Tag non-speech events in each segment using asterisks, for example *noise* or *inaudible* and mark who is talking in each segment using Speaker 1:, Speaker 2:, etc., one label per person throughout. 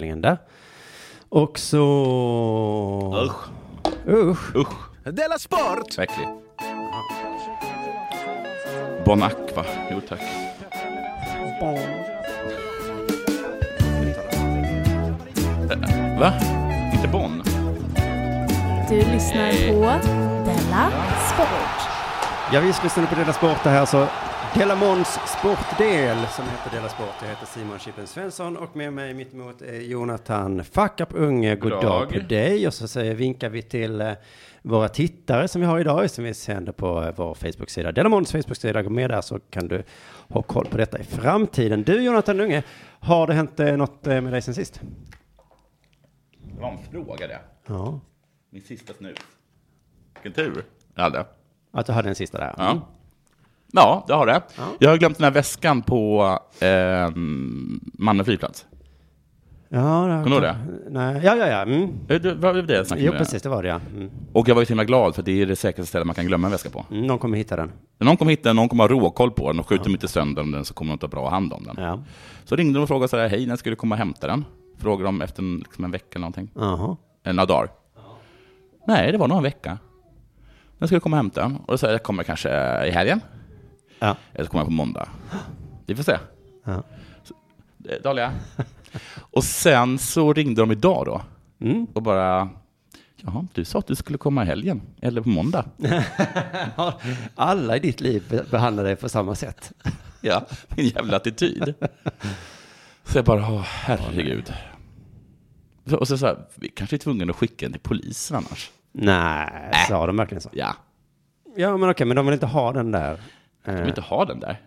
Speaker 1: där. Och så...
Speaker 2: Usch.
Speaker 1: Usch.
Speaker 2: Usch.
Speaker 3: Della Sport!
Speaker 2: Verkligen. Bon Aqua. Jo tack. Va? Inte Bon?
Speaker 4: Du lyssnar på Della Sport.
Speaker 1: Ja, visst lyssnar du på Dela Sport det här så Dela Måns sportdel som heter Dela Sport. Jag heter Simon Chippen Svensson och med mig mitt emot är Jonathan Fackap Unge. God
Speaker 2: God
Speaker 1: dag
Speaker 2: dag.
Speaker 1: på dig. Och så säger, vinkar vi till eh, våra tittare som vi har idag som vi sänder på eh, vår Facebook-sida. Dela Måns Facebook-sida. Gå med där så kan du ha koll på detta i framtiden. Du Jonathan Unge, har det hänt eh, något eh, med dig sen sist?
Speaker 2: Det var en fråga det.
Speaker 1: Ja,
Speaker 2: Min sista snus. Vilken tur jag hade.
Speaker 1: att du hade en sista där.
Speaker 2: Ja. Mm. Ja, det har det.
Speaker 1: Ja.
Speaker 2: Jag har glömt den här väskan på eh, Malmö flygplats.
Speaker 1: Ja, det
Speaker 2: Kommer du
Speaker 1: Nej. Ja, ja, ja. Mm.
Speaker 2: Eh, det- Vad var det jag snackade
Speaker 1: Jo,
Speaker 2: med?
Speaker 1: precis, det var det ja. Mm.
Speaker 2: Och jag var ju så himla glad för det är det säkraste stället man kan glömma en väska på.
Speaker 1: Mm, Någon kommer hitta den.
Speaker 2: Någon kommer hitta den, någon kommer ha råkoll på den och skjuter de inte sönder den så kommer de ta bra hand om den.
Speaker 1: Ja.
Speaker 2: Så ringde de och frågade så här, hej, när ska du komma och hämta den? Frågade de efter en, liksom en vecka eller någonting.
Speaker 1: Jaha.
Speaker 2: Eller några dagar. Nej, det var nog en vecka. När ska du komma och hämta den? Och då sa jag, jag kommer kanske eh, i helgen.
Speaker 1: Ja.
Speaker 2: Eller så kommer jag på måndag. Vi får se.
Speaker 1: Ja.
Speaker 2: Så- eh,
Speaker 1: *laughs*
Speaker 2: Dahlia. och sen så ringde de idag då.
Speaker 1: Mm.
Speaker 2: Och bara, jaha, du sa att du skulle komma i helgen. Eller på måndag.
Speaker 1: Alla i ditt liv be- behandlar dig på samma sätt.
Speaker 2: Ja, min jävla attityd. Så jag bara, åh, herregud. Så- Och så, så här, vi kanske är tvungna att skicka den till polisen annars.
Speaker 1: Nej, sa de verkligen så?
Speaker 2: Ja,
Speaker 1: Ja, men okej, men de vill inte ha den där.
Speaker 2: de vill inte ha den där. *laughs*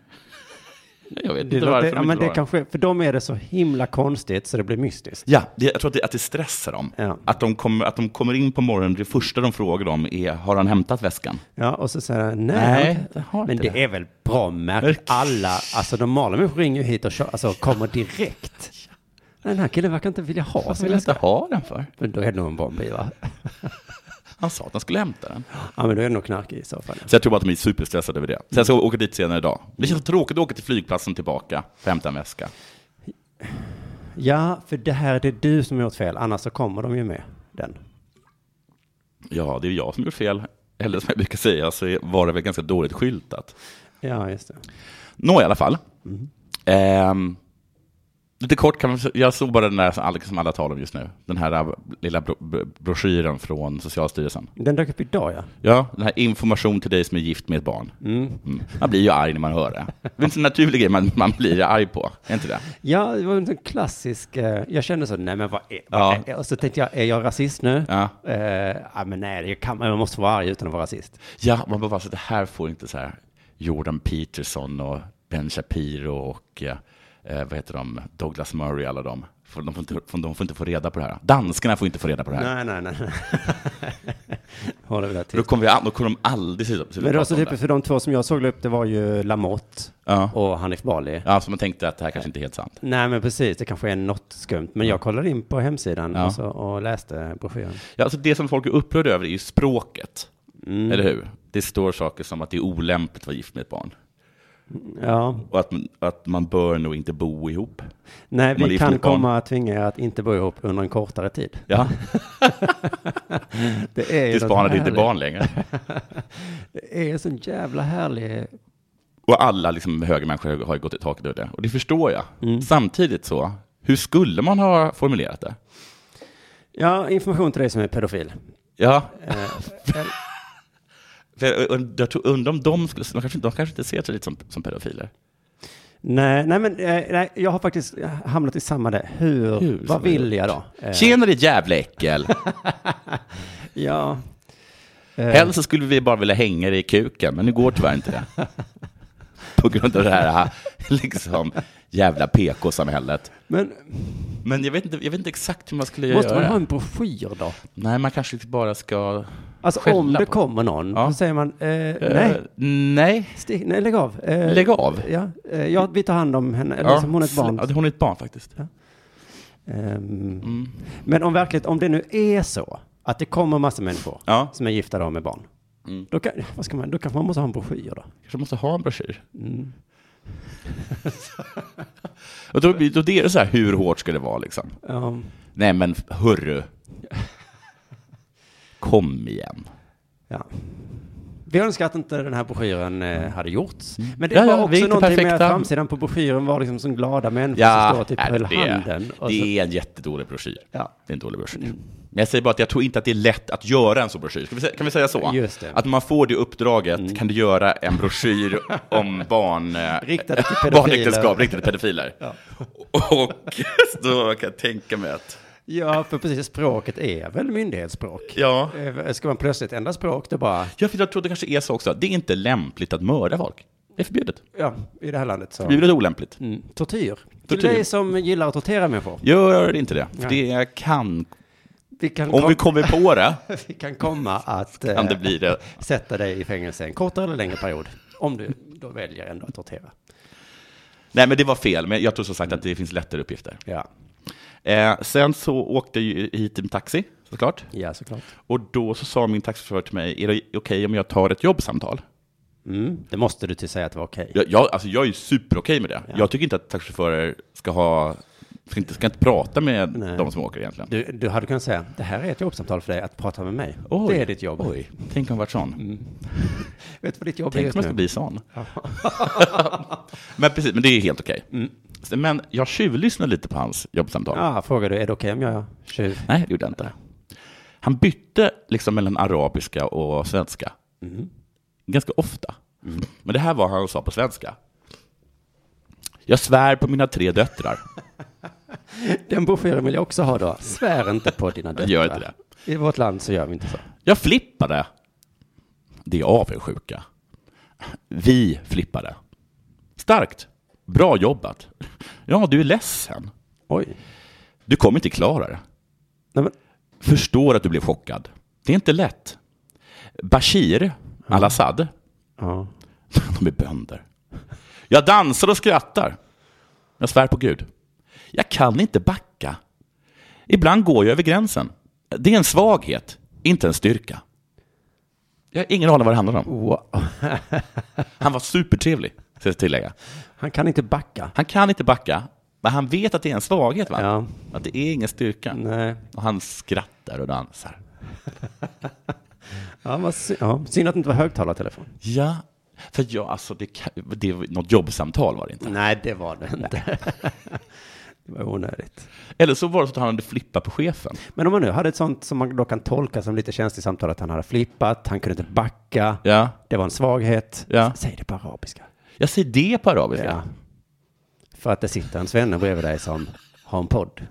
Speaker 2: Jag vet
Speaker 1: Eh. Det,
Speaker 2: inte
Speaker 1: låter-
Speaker 2: varför
Speaker 1: ja,
Speaker 2: de
Speaker 1: men det
Speaker 2: inte har den.
Speaker 1: kanske, för de är det så himla konstigt så det blir mystiskt.
Speaker 2: Ja, det, jag tror att det, att det stressar dem.
Speaker 1: Ja.
Speaker 2: Att, de kommer, att de kommer in på morgonen, det första de frågar dem är, har han hämtat väskan?
Speaker 1: Ja, och så säger jag, nej.
Speaker 2: Nej, jag har
Speaker 1: men
Speaker 2: inte
Speaker 1: det
Speaker 2: det.
Speaker 1: är väl bra märkt.
Speaker 2: Verk-
Speaker 1: Alla, alltså normala människor ringer ju hit och kör, alltså, kommer direkt.
Speaker 2: *laughs*
Speaker 1: Nej, Den här killen verkar inte vilja ha
Speaker 2: Varför
Speaker 1: sin
Speaker 2: vill Alltså, jag inte
Speaker 1: väska.
Speaker 2: ha den för?
Speaker 1: Men då är det nog en barnbil, va?
Speaker 2: Han sa att han skulle hämta den.
Speaker 1: Ja, men då är det nog knark i så fall.
Speaker 2: Så jag tror bara att de är superstressade över det. Sen ska jag åka dit senare idag. Det känns så tråkigt att åka till flygplatsen tillbaka för att hämta en väska.
Speaker 1: Ja, för det här det är du som har gjort fel, annars så kommer de ju med den.
Speaker 2: Ja, det är jag som gjort fel. Eller som jag brukar säga så är- var det väl ganska dåligt skyltat.
Speaker 1: Ja, just det.
Speaker 2: Nå i alla fall. Ehm, lite kort kan man s- jag såg bara den där som alla, som alla talar om just nu. Den här äh, lilla bro, bro, broschyren från Socialstyrelsen.
Speaker 1: Den dök upp idag, ja.
Speaker 2: Ja, den här information till dig som är gift med ett barn. Mm. Man blir ju arg när man hör det. Det är en sån naturlig grej man, man blir arg på, är inte det?
Speaker 1: Ja, det var en sån klassisk, eh, jag kände så, nej men vad är, vad
Speaker 2: Ja.
Speaker 1: är och så tänkte jag, är jag rasist nu?
Speaker 2: Ja.
Speaker 1: Eh, ja, men nej, det kan, man måste vara arg utan att vara rasist.
Speaker 2: Ja, man bara, alltså, det här får inte så här Jordan Peterson och Ben Shapiro och eh, eh, vad heter de, Douglas Murray, alla de. För De får, inte, för de får inte få reda på det här. Danskarna får inte få reda på det här.
Speaker 1: Nej, nej, nej. nej. *laughs* Håller vi där
Speaker 2: Då
Speaker 1: till.
Speaker 2: kommer, vi, an- då kommer de aldrig sluta sluta
Speaker 1: Men det var
Speaker 2: prata
Speaker 1: så
Speaker 2: om
Speaker 1: typiskt, för de två som jag såg upp, det var ju Lamotte
Speaker 2: Ja.
Speaker 1: och Hanif Bali.
Speaker 2: Ja, så man tänkte att det här kanske inte är helt sant.
Speaker 1: Nej, men precis, det kanske är något skumt. Men jag kollade in på hemsidan
Speaker 2: Ja.
Speaker 1: och, så, och läste broschyren.
Speaker 2: Ja, alltså det som folk är upprörda över är ju språket. Eller hur? Det står saker som att det är olämpligt att vara gift med ett barn.
Speaker 1: Ja,
Speaker 2: Och att, man- att man bör nog inte bo ihop.
Speaker 1: nej,
Speaker 2: man är
Speaker 1: vi
Speaker 2: gift med
Speaker 1: kan
Speaker 2: ett barn.
Speaker 1: komma att tvinga er att inte bo ihop under en kortare tid. *laughs*
Speaker 2: Ja,
Speaker 1: Det är ju
Speaker 2: tills
Speaker 1: något
Speaker 2: barnet inte är
Speaker 1: härligt.
Speaker 2: barn längre.
Speaker 1: Det är en sån jävla härlig
Speaker 2: Och alla liksom högermänniskor har ju gått i taket över det. Och det förstår jag.
Speaker 1: Mm.
Speaker 2: Samtidigt så, hur skulle man ha formulerat det?
Speaker 1: Ja, information till dig som är pedofil.
Speaker 2: Ja,
Speaker 1: Eh,
Speaker 2: för jag, jag tror, undrar om de skulle, de kanske, inte- de kanske inte ser sig lite som, som pedofiler.
Speaker 1: nej, nej, men eh, nej, jag har faktiskt hamnat i samma där. Hur,
Speaker 2: Hur
Speaker 1: vad
Speaker 2: som
Speaker 1: vill jag då? Eh,
Speaker 2: Tjena ditt
Speaker 1: *laughs*
Speaker 2: jävla äckel!
Speaker 1: ja,
Speaker 2: Helst så skulle vi bara vilja hänga dig i kuken, men nu går tyvärr inte
Speaker 1: *laughs*
Speaker 2: det. På grund av det här ah, liksom, jävla PK-samhället.
Speaker 1: men
Speaker 2: Men jag vet, inte, jag vet inte exakt hur man skulle
Speaker 1: måste man
Speaker 2: göra.
Speaker 1: ha en broschyr då?
Speaker 2: Nej, man kanske bara ska...
Speaker 1: Alltså
Speaker 2: Skälla
Speaker 1: om det
Speaker 2: på-
Speaker 1: kommer någon,
Speaker 2: Ja.
Speaker 1: då säger man eh,
Speaker 2: Eh,
Speaker 1: nej,
Speaker 2: nej.
Speaker 1: stick, nej, lägg av. Eh,
Speaker 2: Lägg av?
Speaker 1: Ja, eh, ja, vi tar hand om henne, eller som Eh, hon är ett barn.
Speaker 2: Ja, hon är ett barn faktiskt.
Speaker 1: Ehm, Men om verkligt, om det nu är så att det kommer massa människor
Speaker 2: Ja.
Speaker 1: som är gifta
Speaker 2: Mm.
Speaker 1: då med barn, då, kan, vad ska man, då kanske man måste ha en broschyr då. Mm.
Speaker 2: *laughs* Kanske måste ha en broschyr. Och då, blir- då är det så här, hur hårt ska det vara liksom?
Speaker 1: Ja.
Speaker 2: Nej men hörru. Kom igen.
Speaker 1: Ja. Vi önskar att inte den här broschyren
Speaker 2: Mm.
Speaker 1: eh, hade gjorts. Men det
Speaker 2: Ja,
Speaker 1: var
Speaker 2: ja, vi är
Speaker 1: också
Speaker 2: inte
Speaker 1: någonting med att
Speaker 2: perfekta.
Speaker 1: framsidan på broschyren var liksom som glada människor som står typ
Speaker 2: nej,
Speaker 1: höll
Speaker 2: det,
Speaker 1: handen. Och så,
Speaker 2: det är en jättedålig broschyr.
Speaker 1: ja. Mm.
Speaker 2: Det är en dålig broschyr. Men jag säger bara att jag tror inte att det är lätt att göra en sån broschyr. Ska vi, sä- kan vi säga så?
Speaker 1: Just det. Mm.
Speaker 2: Att man får det uppdraget, kan du göra en broschyr
Speaker 1: *laughs*
Speaker 2: om barn, eh,
Speaker 1: Riktade till pedofiler.
Speaker 2: barnäktenskap riktade till pedofiler? *laughs* Och då kan jag tänka mig att,
Speaker 1: ja, för precis, språket är väl myndighetsspråk?
Speaker 2: ja.
Speaker 1: Eh, Ska man plötsligt ändra språk, det bara,
Speaker 2: Ja, för jag tror det kanske är så också. Det är inte lämpligt att mörda folk. Det är förbjudet.
Speaker 1: ja, i det här landet så.
Speaker 2: Förbjudet och olämpligt.
Speaker 1: Mm. Tortyr. Till
Speaker 2: Tortyr.
Speaker 1: dig som gillar att tortera människor.
Speaker 2: Gör inte det. För
Speaker 1: Nej.
Speaker 2: det kan...
Speaker 1: Vi kan,
Speaker 2: Om
Speaker 1: kom,
Speaker 2: vi kommer på det,
Speaker 1: *laughs* vi kan komma att
Speaker 2: kan det
Speaker 1: eh,
Speaker 2: bli det.
Speaker 1: sätta dig i fängelse en kortare eller längre period. Om du då väljer ändå att tortera.
Speaker 2: Nej, men det var fel. Men jag tror som sagt att det finns lättare uppgifter.
Speaker 1: Ja,
Speaker 2: Eh, sen så åkte jag ju hit en taxi, såklart.
Speaker 1: ja såklart.
Speaker 2: Och då så sa min taxichaufför till mig, är det okej om jag tar ett jobbsamtal?
Speaker 1: Mm, det måste du till säga att det var okej.
Speaker 2: Jag, jag, alltså, jag är ju superokej med det.
Speaker 1: Ja.
Speaker 2: Jag tycker inte att taxichaufförer ska ha... Ska inte, ska inte prata med
Speaker 1: Nej.
Speaker 2: de som åker egentligen.
Speaker 1: Du, du hade kunnat säga, det här är ett jobbsamtal för dig att prata med mig.
Speaker 2: Oj.
Speaker 1: Det är ditt jobb.
Speaker 2: Oj, tänk om jag varit sån.
Speaker 1: Vet du vad ditt jobb är
Speaker 2: Tänk
Speaker 1: just
Speaker 2: om jag ska
Speaker 1: nu?
Speaker 2: bli sån. *laughs* men precis, men det är helt okej. Men jag tjuvlyssnade lite på hans jobbsamtal.
Speaker 1: Ah, frågar du, är det okej om jag är tjuv?
Speaker 2: Nej, det gjorde jag inte. Han bytte liksom mellan arabiska och svenska. Ganska ofta. Men det här var vad han sa på svenska. Jag svär på mina tre döttrar.
Speaker 1: Den broschyren vill jag också ha då. Svär inte på dina döttrar.
Speaker 2: Gör inte det.
Speaker 1: I vårt land så gör vi inte så.
Speaker 2: Jag flippade. Det är avundsjuka. Vi flippade. Starkt. Bra jobbat. Ja, du är ledsen.
Speaker 1: Oj.
Speaker 2: Du kommer inte klara det.
Speaker 1: Nej, men,
Speaker 2: Förstår att du blev chockad. Det är inte lätt. Bashir al-Assad,
Speaker 1: ja.
Speaker 2: de är bönder. Jag dansar och skrattar. Jag svär på Gud. Jag kan inte backa. Ibland går jag över gränsen. Det är en svaghet, inte en styrka. Jag har ingen aning vad det handlar om.
Speaker 1: Wow.
Speaker 2: Han var supertrevlig, ska jag tillägga.
Speaker 1: Han kan inte backa.
Speaker 2: Han kan inte backa, men han vet att det är en svaghet, va?
Speaker 1: Ja.
Speaker 2: Att det är ingen styrka.
Speaker 1: Nej.
Speaker 2: Och han skrattar och dansar.
Speaker 1: Ja, vad sy- ja. Synd att det inte var högtalartelefon.
Speaker 2: Ja, för jag, alltså, det, kan- det var något jobbsamtal var det inte.
Speaker 1: Nej, det var det inte. *laughs* det var onödigt.
Speaker 2: Eller så var det så att han hade flippat på chefen.
Speaker 1: Men om man nu hade ett sånt som man då kan tolka som lite känsligt samtal, att han hade flippat, han kunde inte backa,
Speaker 2: Ja.
Speaker 1: det var en svaghet.
Speaker 2: Ja.
Speaker 1: Säg det på arabiska.
Speaker 2: Jag säger det på arabiska.
Speaker 1: Ja. För att det sitter en svenne bredvid dig som har en
Speaker 2: *laughs*
Speaker 1: podd.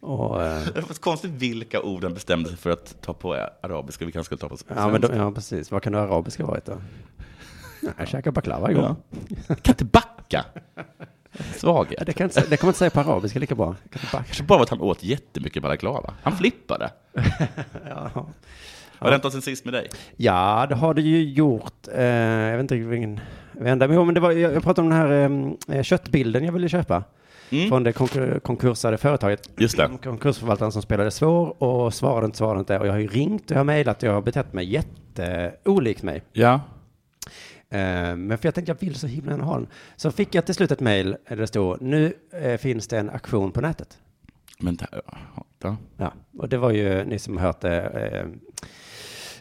Speaker 1: Och, eh,
Speaker 2: Det var konstigt vilka ord han bestämde sig för att ta på arabiska, vi kanske skulle ta på svenska.
Speaker 1: ja, men då, ja, precis. Vad kan det arabiska varit då? Nej, jag käkade baklava igår.
Speaker 2: Ja. Jag kan inte backa.
Speaker 1: Ja,
Speaker 2: Svaghet.
Speaker 1: Det, kan inte, sä- det kan man inte säga på arabiska lika bra. Jag kan inte backa.
Speaker 2: Kanske *laughs* bara var att han åt jättemycket balaklava. Han flippade.
Speaker 1: Ja.
Speaker 2: Vad har hänt sen sist med dig?
Speaker 1: Ja, det har det ju gjort. Eh, jag vet inte riktigt vilken vända. Men, jo, men det var, jag, jag pratade om den här eh, köttbilden jag ville köpa. Från det konkur- konkursade företaget.
Speaker 2: Just det.
Speaker 1: Konkursförvaltaren som spelade svår och svarade inte, svarade inte. Och jag har ju ringt och jag har mejlat och jag har betett mig jätteolikt mig.
Speaker 2: Ja.
Speaker 1: Eh, men för jag tänkte jag vill så himla gärna ha den. Så fick jag till slut ett mejl där det stod nu eh, finns det en aktion på nätet.
Speaker 2: Men ta- ja.
Speaker 1: Ja, och det var ju ni som hört det. Eh,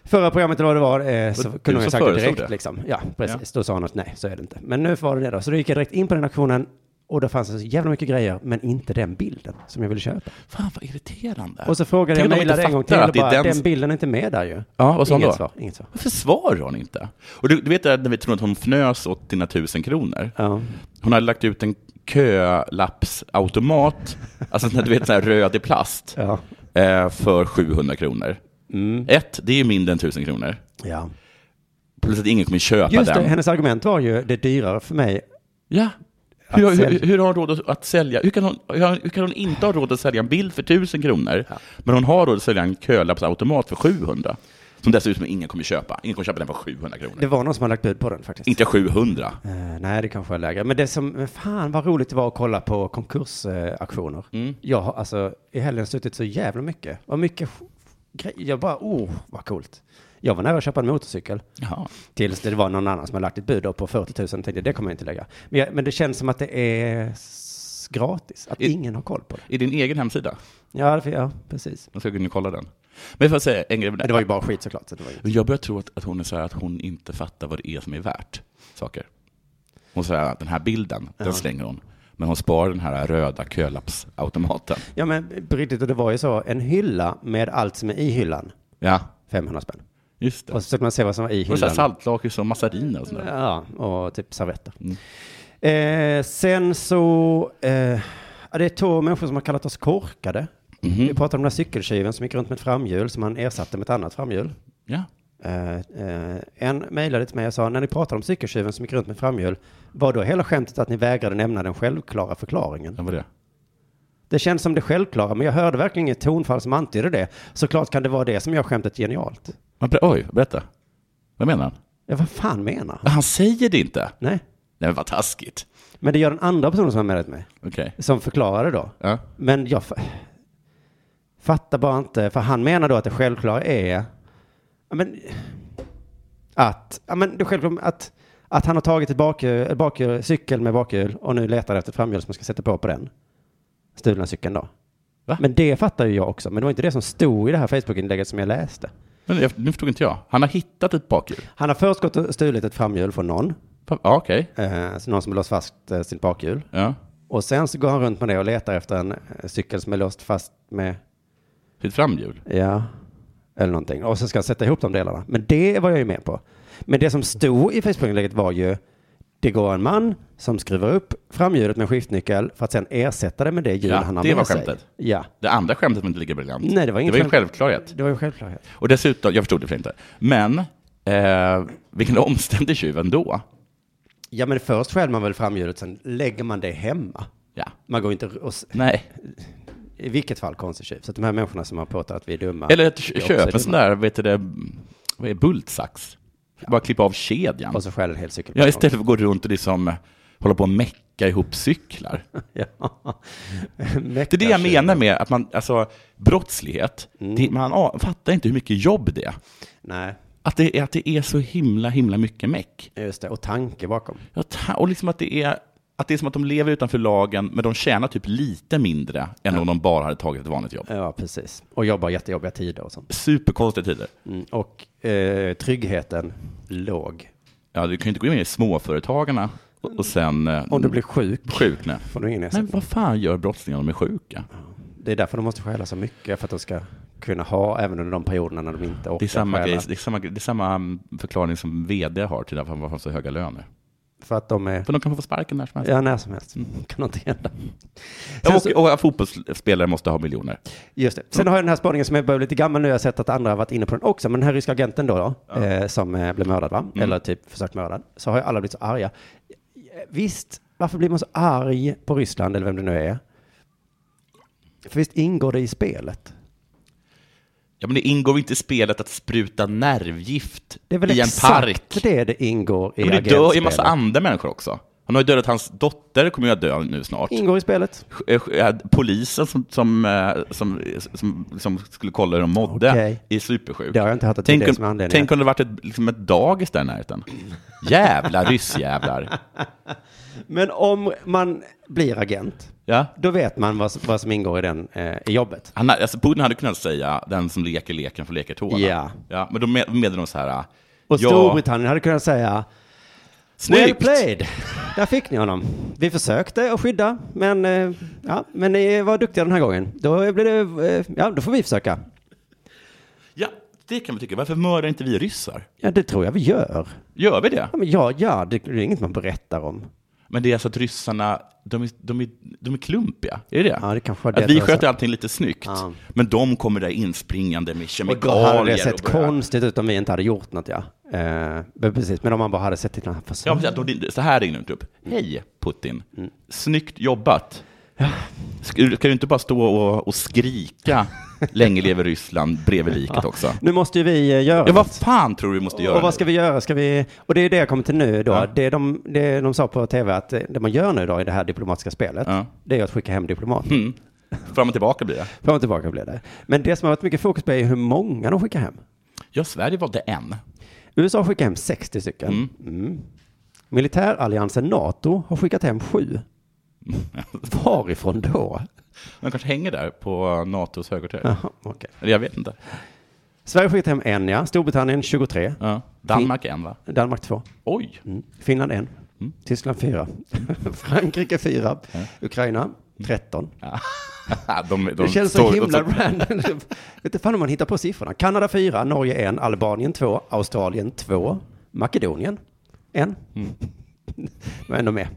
Speaker 1: förra programmet eller vad det var, eh, så
Speaker 2: du
Speaker 1: kunde man ju
Speaker 2: som
Speaker 1: sagt det
Speaker 2: föreslog
Speaker 1: direkt
Speaker 2: det?
Speaker 1: liksom. Ja, precis. Då sa han att nej, så är det inte. Men nu var det det då. Så då gick jag direkt in på den auktionen och då fanns det så jävla mycket grejer, men inte den bilden som jag ville köpa.
Speaker 2: Fan vad irriterande.
Speaker 1: Och så frågade
Speaker 2: Tänk
Speaker 1: jag
Speaker 2: om de inte
Speaker 1: mejlade en gång till
Speaker 2: fattar
Speaker 1: och
Speaker 2: att det är
Speaker 1: bara, den...
Speaker 2: den-
Speaker 1: bilden är inte med där ju.
Speaker 2: Ja, vad sa han
Speaker 1: inget
Speaker 2: då?
Speaker 1: Svar, inget svar.
Speaker 2: Varför svarar hon inte? Och du, du vet det här när vi tror att hon fnös åt dina tusen kronor.
Speaker 1: Ja.
Speaker 2: Hon hade lagt ut en kölappsautomat, alltså när du vet så här röd i plast,
Speaker 1: Ja.
Speaker 2: eh, för 700 kronor. Ett, det är ju mindre än tusen kronor.
Speaker 1: Mm. ja.
Speaker 2: Plus att ingen kommer köpa
Speaker 1: Just det,
Speaker 2: den.
Speaker 1: hennes argument var ju det är dyrare för mig.
Speaker 2: Ja.
Speaker 1: Att
Speaker 2: Hur, hur,
Speaker 1: sälja.
Speaker 2: hur har hon råd att- att sälja? Hur kan, hon, hur, hur kan hon inte ha råd att sälja en bil för tusen kronor, men hon har råd att sälja en kölappsautomat för 700? Som dessutom ingen kommer köpa. Ingen kommer köpa den för 700 kronor.
Speaker 1: Det var någon som hade lagt bud på den faktiskt.
Speaker 2: Inte 700.
Speaker 1: Eh, nej, det kanske är lägre. Men det som, men fan vad roligt det var att kolla på konkursaktioner. Jag har alltså i helgen suttit så jävla mycket. Vad mycket sk- grejer. Jag bara, oh, vad coolt. Jag var nära att köpa en motorcykel.
Speaker 2: Jaha.
Speaker 1: Tills det var någon annan som hade lagt ett bud då på 40 000 tänkte jag, det kommer jag inte lägga. Men, jag, men det känns som att det är s- gratis, att
Speaker 2: I-
Speaker 1: ingen har koll på det.
Speaker 2: I din egen hemsida?
Speaker 1: Ja, det- ja precis.
Speaker 2: Man ska kunna kolla den. Men får jag säga en grej
Speaker 1: Men
Speaker 2: med det?
Speaker 1: det var ju bara skit såklart. Så det var ju...
Speaker 2: Men Jag börjar tro att, att hon är så här att hon inte fattar vad det är som är värt saker. Hon säger att den här bilden,
Speaker 1: Ja.
Speaker 2: den slänger hon. Men hon sparar den här röda kölappsautomaten.
Speaker 1: Ja men på riktigt, och det var ju så, en hylla med allt som är i hyllan,
Speaker 2: Ja,
Speaker 1: 500 spänn.
Speaker 2: just det.
Speaker 1: Och så försökte man se vad som var i
Speaker 2: Och så här
Speaker 1: hyllan.
Speaker 2: saltlakris och massariner och sådär.
Speaker 1: Ja, och typ servetter. Eh, sen så, eh, ja, det är två människor som har kallat oss korkade.
Speaker 2: Mm.
Speaker 1: Vi
Speaker 2: Mm-hmm.
Speaker 1: pratade om den här cykeltjuven som gick runt med ett framhjul som han ersatte med ett annat framhjul.
Speaker 2: Ja.
Speaker 1: Eh, eh, en mejlade till mig och sa, när ni pratade om cykeltjuven som gick runt med framhjul, var då hela skämtet att ni vägrade nämna den självklara förklaringen?
Speaker 2: Det var det.
Speaker 1: Det känns som det självklara, men jag hörde verkligen inget tonfall som antydde det. Såklart kan det vara det som gör skämtet genialt.
Speaker 2: Man ber- Oj, berätta. Vad menar han?
Speaker 1: Ja, vad fan menar han?
Speaker 2: Han säger det inte.
Speaker 1: Nej,
Speaker 2: Nej, men vad taskigt.
Speaker 1: men det gör den andra personen som har mejlat mig,
Speaker 2: Okej.
Speaker 1: som förklarade då.
Speaker 2: Ja.
Speaker 1: Men jag fa- fattar bara inte, för han menar då att det självklara är ja, men, att, ja, men det självklara, att, att han har tagit ett bakhjul, ett bakhjul, cykel med bakhjul och nu letar efter ett framhjul som man ska sätta på på den stulna cykeln då.
Speaker 2: Va?
Speaker 1: Men det fattar ju jag också, men det var inte det som stod i det här Facebook-inlägget som jag läste.
Speaker 2: Men jag, nu förstod inte jag. Han har hittat ett bakhjul.
Speaker 1: Han har först gått och stulit ett framhjul från någon,
Speaker 2: Ja, okej.
Speaker 1: eh, alltså någon som har låst fast eh, sitt bakhjul.
Speaker 2: Ja.
Speaker 1: Och sen så går han runt med det och letar efter en eh, cykel som är låst fast med
Speaker 2: Sitt framhjul.
Speaker 1: Ja, eller någonting. Och så ska jag sätta ihop de delarna. Men det var jag ju med på. Men det som stod i Facebook-inlägget var ju det går en man som skruvar upp framhjulet med en skiftnyckel för att sen ersätta det med det hjul
Speaker 2: Ja,
Speaker 1: han har
Speaker 2: det
Speaker 1: med
Speaker 2: var
Speaker 1: sig.
Speaker 2: skämtet.
Speaker 1: Ja,
Speaker 2: Det andra skämtet var inte lika briljant.
Speaker 1: Nej, det var inget
Speaker 2: Det var ju en
Speaker 1: skämt.
Speaker 2: självklarhet.
Speaker 1: det var ju en självklarhet.
Speaker 2: Och dessutom, jag förstod det för inte, men eh, vilken omständig tjuv ändå.
Speaker 1: Ja, men först stjäl man väl framhjulet, sen lägger man det hemma.
Speaker 2: Ja.
Speaker 1: Man går inte och, s-
Speaker 2: Nej.
Speaker 1: i vilket fall konstig tjuv. Så att de här människorna som har påstått att vi är dumma.
Speaker 2: Eller att
Speaker 1: är
Speaker 2: kö-
Speaker 1: också
Speaker 2: köpa en
Speaker 1: dumma.
Speaker 2: sån där, vet du det, vad är bultsax? Bara klippa av kedjan.
Speaker 1: Och så stjäl en hel cykel. på
Speaker 2: Ja,
Speaker 1: en
Speaker 2: istället för att gå runt och liksom hålla på och mecka ihop cyklar.
Speaker 1: gång. Ja. *laughs*
Speaker 2: Det är det jag menar med att man, alltså brottslighet,
Speaker 1: Mm.
Speaker 2: det, man a- fattar inte hur mycket jobb det är.
Speaker 1: Nej,
Speaker 2: Att det, är- att det är så himla, himla mycket meck.
Speaker 1: just det. Och tanke bakom.
Speaker 2: Ja, ta- Och liksom att det är att det är som att de lever utanför lagen, men de tjänar typ lite mindre än om de bara hade tagit ett vanligt jobb.
Speaker 1: Ja, precis. Och jobbar jättejobbiga tider och sånt.
Speaker 2: Superkonstiga tider.
Speaker 1: Mm. Och eh, tryggheten låg.
Speaker 2: Ja, du kan ju inte gå in i småföretagarna och, och sen... eh,
Speaker 1: Om du blir sjuk
Speaker 2: Sjuk, nej.
Speaker 1: får du ingen
Speaker 2: Men
Speaker 1: ersättning.
Speaker 2: vad fan gör brottslingar om de är sjuka?
Speaker 1: Det är därför de måste stjäla så mycket, för att de ska kunna ha även under de perioderna när de inte orkar
Speaker 2: Det är samma,
Speaker 1: stjäla.
Speaker 2: grej, det är samma, det är samma mm, förklaring som vd har till varför de har så höga löner.
Speaker 1: För att de är...
Speaker 2: För de kan få sparken när som helst.
Speaker 1: Ja, när som helst.
Speaker 2: Mm.
Speaker 1: Kan inte hända.
Speaker 2: Ja,
Speaker 1: Sen,
Speaker 2: och,
Speaker 1: så,
Speaker 2: och fotbollsspelare måste ha miljoner.
Speaker 1: just det. Sen har jag den här spaningen som jag börjar bli lite gammal nu. Jag har sett att andra har varit inne på den också. Men den här ryska agenten då, då eh, som eh, blev mördad, va?
Speaker 2: Mm.
Speaker 1: Eller typ försökt mördad. Så har ju alla blivit så arga. Visst, varför blir man så arg på Ryssland, eller vem det nu är? För visst ingår det i spelet?
Speaker 2: Ja, men det ingår inte i spelet att spruta nervgift
Speaker 1: Det är väl
Speaker 2: i en
Speaker 1: exakt
Speaker 2: park.
Speaker 1: det det ingår i
Speaker 2: Ja, men det dör ju en
Speaker 1: agentspelet.
Speaker 2: massa andra människor också. Han har ju dödat hans dotter, kommer ju att dö nu snart.
Speaker 1: Ingår i spelet.
Speaker 2: Eh, eh, polisen som, som, eh, som, som, som skulle kolla hur de mådde
Speaker 1: Okej.
Speaker 2: är supersjuk.
Speaker 1: Det har jag inte hört att det är
Speaker 2: tänk,
Speaker 1: det som är
Speaker 2: om,
Speaker 1: anledningen.
Speaker 2: tänk om det varit ett, liksom ett dagis där i närheten. Jävla ryssjävlar.
Speaker 1: Men om man blir agent,
Speaker 2: Ja.
Speaker 1: då vet man vad, vad som ingår i, den, eh, i jobbet.
Speaker 2: Han, alltså Putin hade kunnat säga den som leker leken får leka tårna.
Speaker 1: Ja.
Speaker 2: ja men då med- menar de så här.
Speaker 1: Och Storbritannien hade kunnat säga Well
Speaker 2: snyggt!
Speaker 1: played! Där fick ni honom. Vi försökte att skydda, men, eh, ja, men ni var duktiga den här gången. Då, blir det, eh, ja, då får vi försöka.
Speaker 2: Ja, det kan vi tycka. Varför mördar inte vi ryssar?
Speaker 1: Ja, det tror jag vi gör.
Speaker 2: Gör vi det?
Speaker 1: Ja, men ja, ja det, det är inget man berättar om.
Speaker 2: Men det är alltså att ryssarna, de är, de är, de är klumpiga. Är det det?
Speaker 1: Ja, det kanske var det
Speaker 2: Att vi
Speaker 1: jag tror jag
Speaker 2: sköter allting lite snyggt.
Speaker 1: Ja.
Speaker 2: Men de kommer där inspringande med
Speaker 1: Och
Speaker 2: kemikalier.
Speaker 1: då hade det sett
Speaker 2: och börjar-
Speaker 1: konstigt ut om vi inte hade gjort något, ja. Eh, men precis, men om man bara hade sett till den här
Speaker 2: Ja,
Speaker 1: personen.
Speaker 2: precis. Att de- så här ringer de inte upp. typ. Hej Putin,
Speaker 1: Mm.
Speaker 2: snyggt jobbat. Ska du ska du inte bara stå och, och skrika länge lever Ryssland bredvid liket också?
Speaker 1: Nu måste ju vi eh, göra
Speaker 2: Ja, vad
Speaker 1: något.
Speaker 2: fan tror du vi måste göra
Speaker 1: Och vad ska
Speaker 2: nu?
Speaker 1: vi göra? Ska vi... Och det är det jag kommer till nu då.
Speaker 2: Ja.
Speaker 1: Det, de, det de sa på tv att eh, det man gör nu då i det här diplomatiska spelet,
Speaker 2: Ja.
Speaker 1: det är att skicka hem *laughs* diplomater.
Speaker 2: Fram och tillbaka blir det.
Speaker 1: Fram och tillbaka blev det. Men det som har varit mycket fokus på är hur många de skickar hem.
Speaker 2: Ja, Sverige valde en.
Speaker 1: USA skickar hem 60 stycken. Mm. Militäralliansen NATO har skickat hem
Speaker 2: *laughs*
Speaker 1: sju. Varifrån då? *laughs*
Speaker 2: De kanske hänger där på NATOs högkvarter.
Speaker 1: Jaha, okej.
Speaker 2: Eller Jag vet inte.
Speaker 1: Sverige skickat hem en, ja. Storbritannien 23.
Speaker 2: Ja. Danmark en, va?
Speaker 1: Danmark 2.
Speaker 2: Oj!
Speaker 1: Mm. Finland 1.
Speaker 2: Mm.
Speaker 1: Tyskland 4. *laughs* Frankrike 4. Ukraina 13.
Speaker 2: De, de
Speaker 1: Det känns så
Speaker 2: står-
Speaker 1: himla random. Jag vet inte fan om man hittar på siffrorna. Kanada 4, Norge 1, Albanien 2, Australien 2, Makedonien 1.
Speaker 2: Mm.
Speaker 1: *laughs* Men ändå med.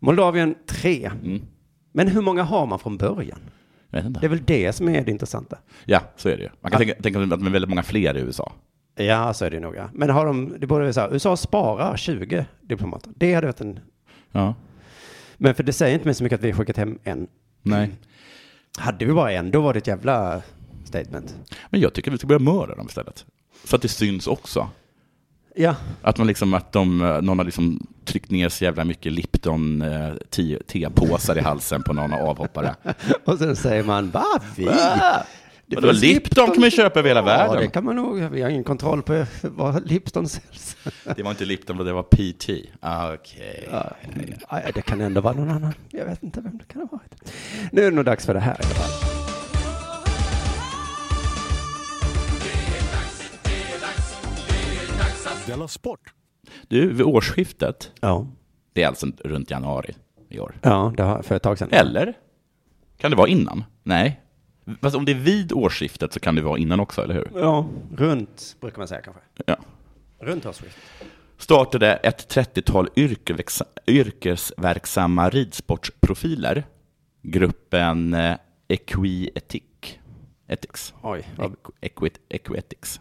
Speaker 1: Moldavien 3.
Speaker 2: Mm.
Speaker 1: Men hur många har man från början?
Speaker 2: Jag vet inte.
Speaker 1: Det är väl det som är det intressanta.
Speaker 2: Ja, så är det ju. Man kan tänka, tänka att det är väldigt många fler i USA.
Speaker 1: Ja, så är det nog. Ja. Men har de, det borde vara så här, USA sparar 20 diplomater. Det hade varit en...
Speaker 2: Ja.
Speaker 1: Men för det säger inte mig så mycket att vi har skickat hem en.
Speaker 2: Nej.
Speaker 1: Hade vi bara en, då var det ett jävla statement.
Speaker 2: Men jag tycker att vi ska börja mörda dem istället. Så att det syns också.
Speaker 1: Ja,
Speaker 2: Att, man liksom, att de, någon har liksom tryckt ner så jävla mycket Lipton eh, te- tepåsar i halsen på
Speaker 1: *laughs*
Speaker 2: någon avhoppare.
Speaker 1: och sen säger man, va, vi?
Speaker 2: Det var
Speaker 1: finns
Speaker 2: Lipton kan man köpa över hela
Speaker 1: Ja, det
Speaker 2: världen.
Speaker 1: kan man nog. Vi har ingen kontroll på vad Lipton säljs.
Speaker 2: Det var inte Lipton, det var PT. Ah, Okej.
Speaker 1: Ja, det kan ändå vara någon annan. Jag vet inte vem det kan ha varit. Nu är det nog dags för det här i alla fall.
Speaker 3: Della Sport!
Speaker 2: Du, vid årsskiftet,
Speaker 1: Ja,
Speaker 2: det är alltså runt januari i år.
Speaker 1: ja det har för ett tag sedan.
Speaker 2: Eller? Kan det vara innan? Nej. Fast om det är vid årsskiftet så kan det vara innan också, eller hur?
Speaker 1: Ja, runt brukar man säga kanske.
Speaker 2: Ja.
Speaker 1: Runt årsskiftet.
Speaker 2: startade ett 30-tal yrkevexa- yrkesverksamma ridsportsprofiler. Gruppen eh, Equietic. Ethics.
Speaker 1: Oj. vad-
Speaker 2: Equ- Equit, equietics.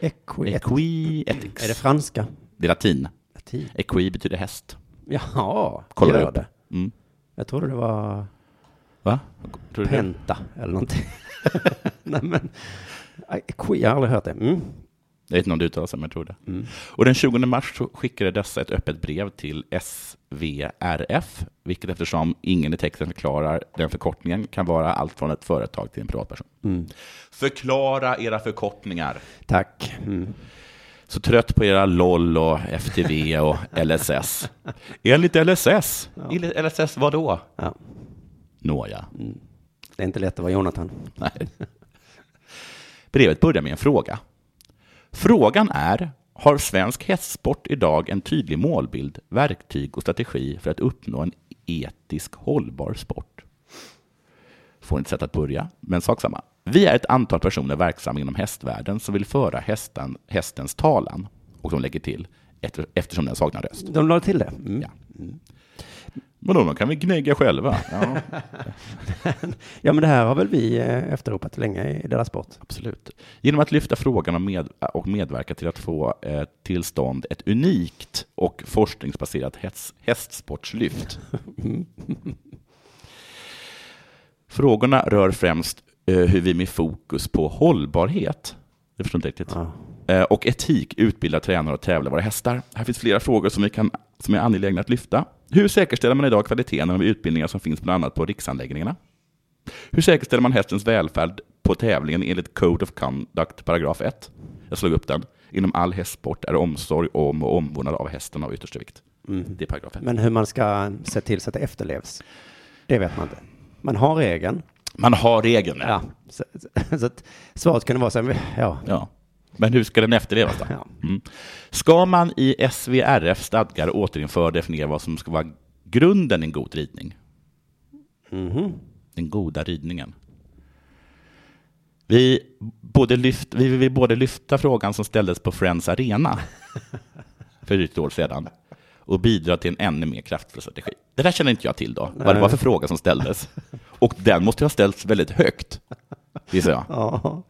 Speaker 1: Equiet.
Speaker 2: Equietics.
Speaker 1: Är det franska?
Speaker 2: Det är latin.
Speaker 1: Latin.
Speaker 2: Equi betyder häst.
Speaker 1: Jaha,
Speaker 2: Kollar
Speaker 1: gör
Speaker 2: upp.
Speaker 1: det.
Speaker 2: Mm.
Speaker 1: Jag trodde det var
Speaker 2: Va? Tror du det?
Speaker 1: penta eller någonting. *laughs* Nej men, equi, jag har aldrig hört det. Mm.
Speaker 2: Jag vet inte om det uttalas så, men jag tror det. Och den 20 mars så skickade dessa ett öppet brev till SVRF, vilket eftersom ingen i texten förklarar den förkortningen kan vara allt från ett företag till en privatperson.
Speaker 1: mm.
Speaker 2: Förklara era förkortningar.
Speaker 1: Tack. Mm.
Speaker 2: Så trött på era LOL och FTV och *laughs* LSS. Enligt LSS. Enligt LSS vad då?
Speaker 1: Ja.
Speaker 2: Nåja.
Speaker 1: mm. Det är inte lätt att vara Jonathan.
Speaker 2: Nej. Brevet börjar med en fråga. Frågan är, har svensk hästsport idag en tydlig målbild, verktyg och strategi för att uppnå en etisk hållbar sport? Får inte sätt att börja, men sak samma. Vi är ett antal personer verksamma inom hästvärlden som vill föra hästen, hästens talan. Och de lägger till, efter- eftersom den saknar röst.
Speaker 1: De la till det. Mm.
Speaker 2: Ja. Vadå, de kan vi gnägga själva? Ja,
Speaker 1: Ja, men det här har väl vi eh, efterropat länge i deras sport.
Speaker 2: Absolut. Genom att lyfta frågan om med, och medverka till att få eh, till stånd ett unikt och forskningsbaserat häst, hästsportslyft. Frågorna rör främst eh, hur vi med fokus på hållbarhet, det förstår jag inte riktigt, eh, och etik utbildar tränare och tävlar våra hästar. Här finns flera frågor som, vi kan, som är angelägna att lyfta. Hur säkerställer man idag kvaliteten av de utbildningar som finns bland annat på riksanläggningarna? Hur säkerställer man hästens välfärd på tävlingen enligt Code of Conduct paragraf 1? Jag slog upp den. Inom all hästsport är omsorg om och omvårdnad av hästen av yttersta vikt. Det är paragraf 1.
Speaker 1: Mm. Men hur man ska se till så att det efterlevs, det vet man inte. Man har regeln.
Speaker 2: Man har regeln.
Speaker 1: Ja. Så, så, så att svaret kunde vara så här, ja.
Speaker 2: Ja. Men hur ska den efterlevas då?
Speaker 1: Ja.
Speaker 2: Mm. Ska man i SVRF stadgar återinföra och definiera vad som ska vara grunden i en god ridning?
Speaker 1: Mhm.
Speaker 2: Den goda ridningen. Vi, både lyft, vi vill både lyfta frågan som ställdes på
Speaker 1: *laughs*
Speaker 2: Friends Arena för ett år sedan och bidra till en ännu mer kraftfull strategi. Det där känner inte jag till då, vad det var för fråga som ställdes. Och den måste ju ha ställts väldigt högt, gissar jag.
Speaker 1: ja.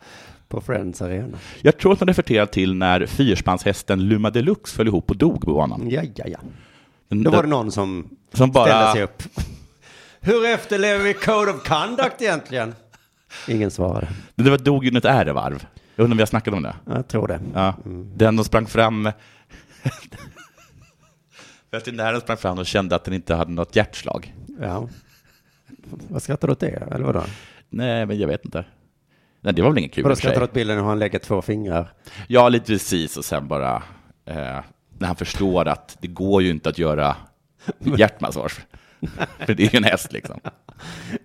Speaker 1: På Friends Arena.
Speaker 2: Jag tror att man refererar till när fyrspanshästen Luma Deluxe föll ihop och dog på banan.
Speaker 1: Ja, ja, ja.
Speaker 2: Den,
Speaker 1: Mm. Då var det någon som
Speaker 2: som bara...
Speaker 1: ställde sig upp. *laughs* Hur efterlever vi Code of Conduct egentligen? Ingen svarade.
Speaker 2: Det var, dog ju under ett ärevarv. Jag undrar om vi har snackat om det.
Speaker 1: Jag tror det.
Speaker 2: Ja. Mm. Den som sprang fram... *laughs* Veterinären sprang fram och kände att den inte hade något hjärtslag.
Speaker 1: Ja. Vad skrattar du åt det? Eller vadå?
Speaker 2: Nej, men jag vet inte. Nej, det var väl inget kul
Speaker 1: Vadå,
Speaker 2: i och
Speaker 1: ska
Speaker 2: för
Speaker 1: jag ta
Speaker 2: sig.
Speaker 1: åt bilden och han lägger två fingrar?
Speaker 2: Ja, lite precis och sen bara eh, när han förstår att det går ju inte
Speaker 1: *laughs*
Speaker 2: att göra hjärtmassage. För det är ju en häst liksom.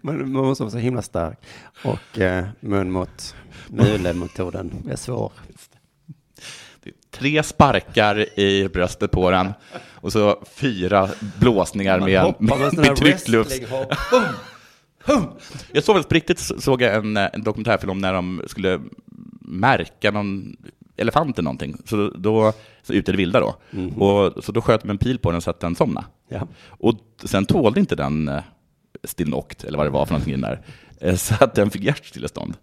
Speaker 1: Men man måste vara så himla stark. Och eh, mun mot mule-metoden *laughs* är svår.
Speaker 2: Det är tre sparkar i bröstet på den och så fyra blåsningar med, en- *laughs* med, med tryckt luft.
Speaker 1: wrestlinghopp.
Speaker 2: Jag såg faktiskt på riktigt så- såg jag en, eh, en dokumentärfilm när de skulle märka någon elefant eller någonting. Så då, så ute i det vilda då. Och, så då sköt de en pil på den så att den somnade.
Speaker 1: Ja.
Speaker 2: Och sen tålde inte den eh, Stilnoct, eller vad det var för någonting i den där. Eh, Så att den fick hjärtstillestånd.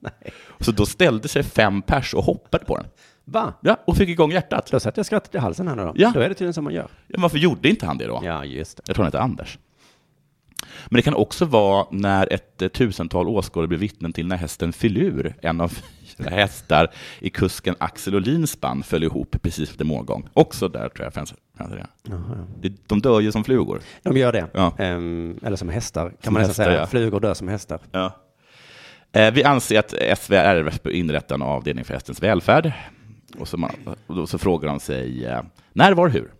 Speaker 2: Så då ställde sig fem pers och hoppade på den.
Speaker 1: Va?
Speaker 2: Ja, och fick igång hjärtat.
Speaker 1: Då satt jag skrattet i halsen här nu då.
Speaker 2: Ja.
Speaker 1: Då är det tydligen som man gör.
Speaker 2: Ja, varför gjorde inte han det då?
Speaker 1: Ja, just det.
Speaker 2: Jag tror han heter Anders. Men det kan också vara när ett eh, tusental åskådare blir vittnen till när hästen Filur, en av fyra hästar i kusken Axel Olins spann, föll ihop precis efter målgång. Också där tror jag fanns fanns det. Det- De dör ju som flugor.
Speaker 1: De gör det.
Speaker 2: Ja.
Speaker 1: Ehm, eller som hästar, kan
Speaker 2: Som
Speaker 1: man nästan
Speaker 2: hästar,
Speaker 1: säga.
Speaker 2: ja.
Speaker 1: Flugor dör som hästar.
Speaker 2: Ja. Eh, Vi anser att SVRF bör inrätta en avdelning för hästens välfärd. Och så, man, och då så frågar de sig eh, när, var, hur?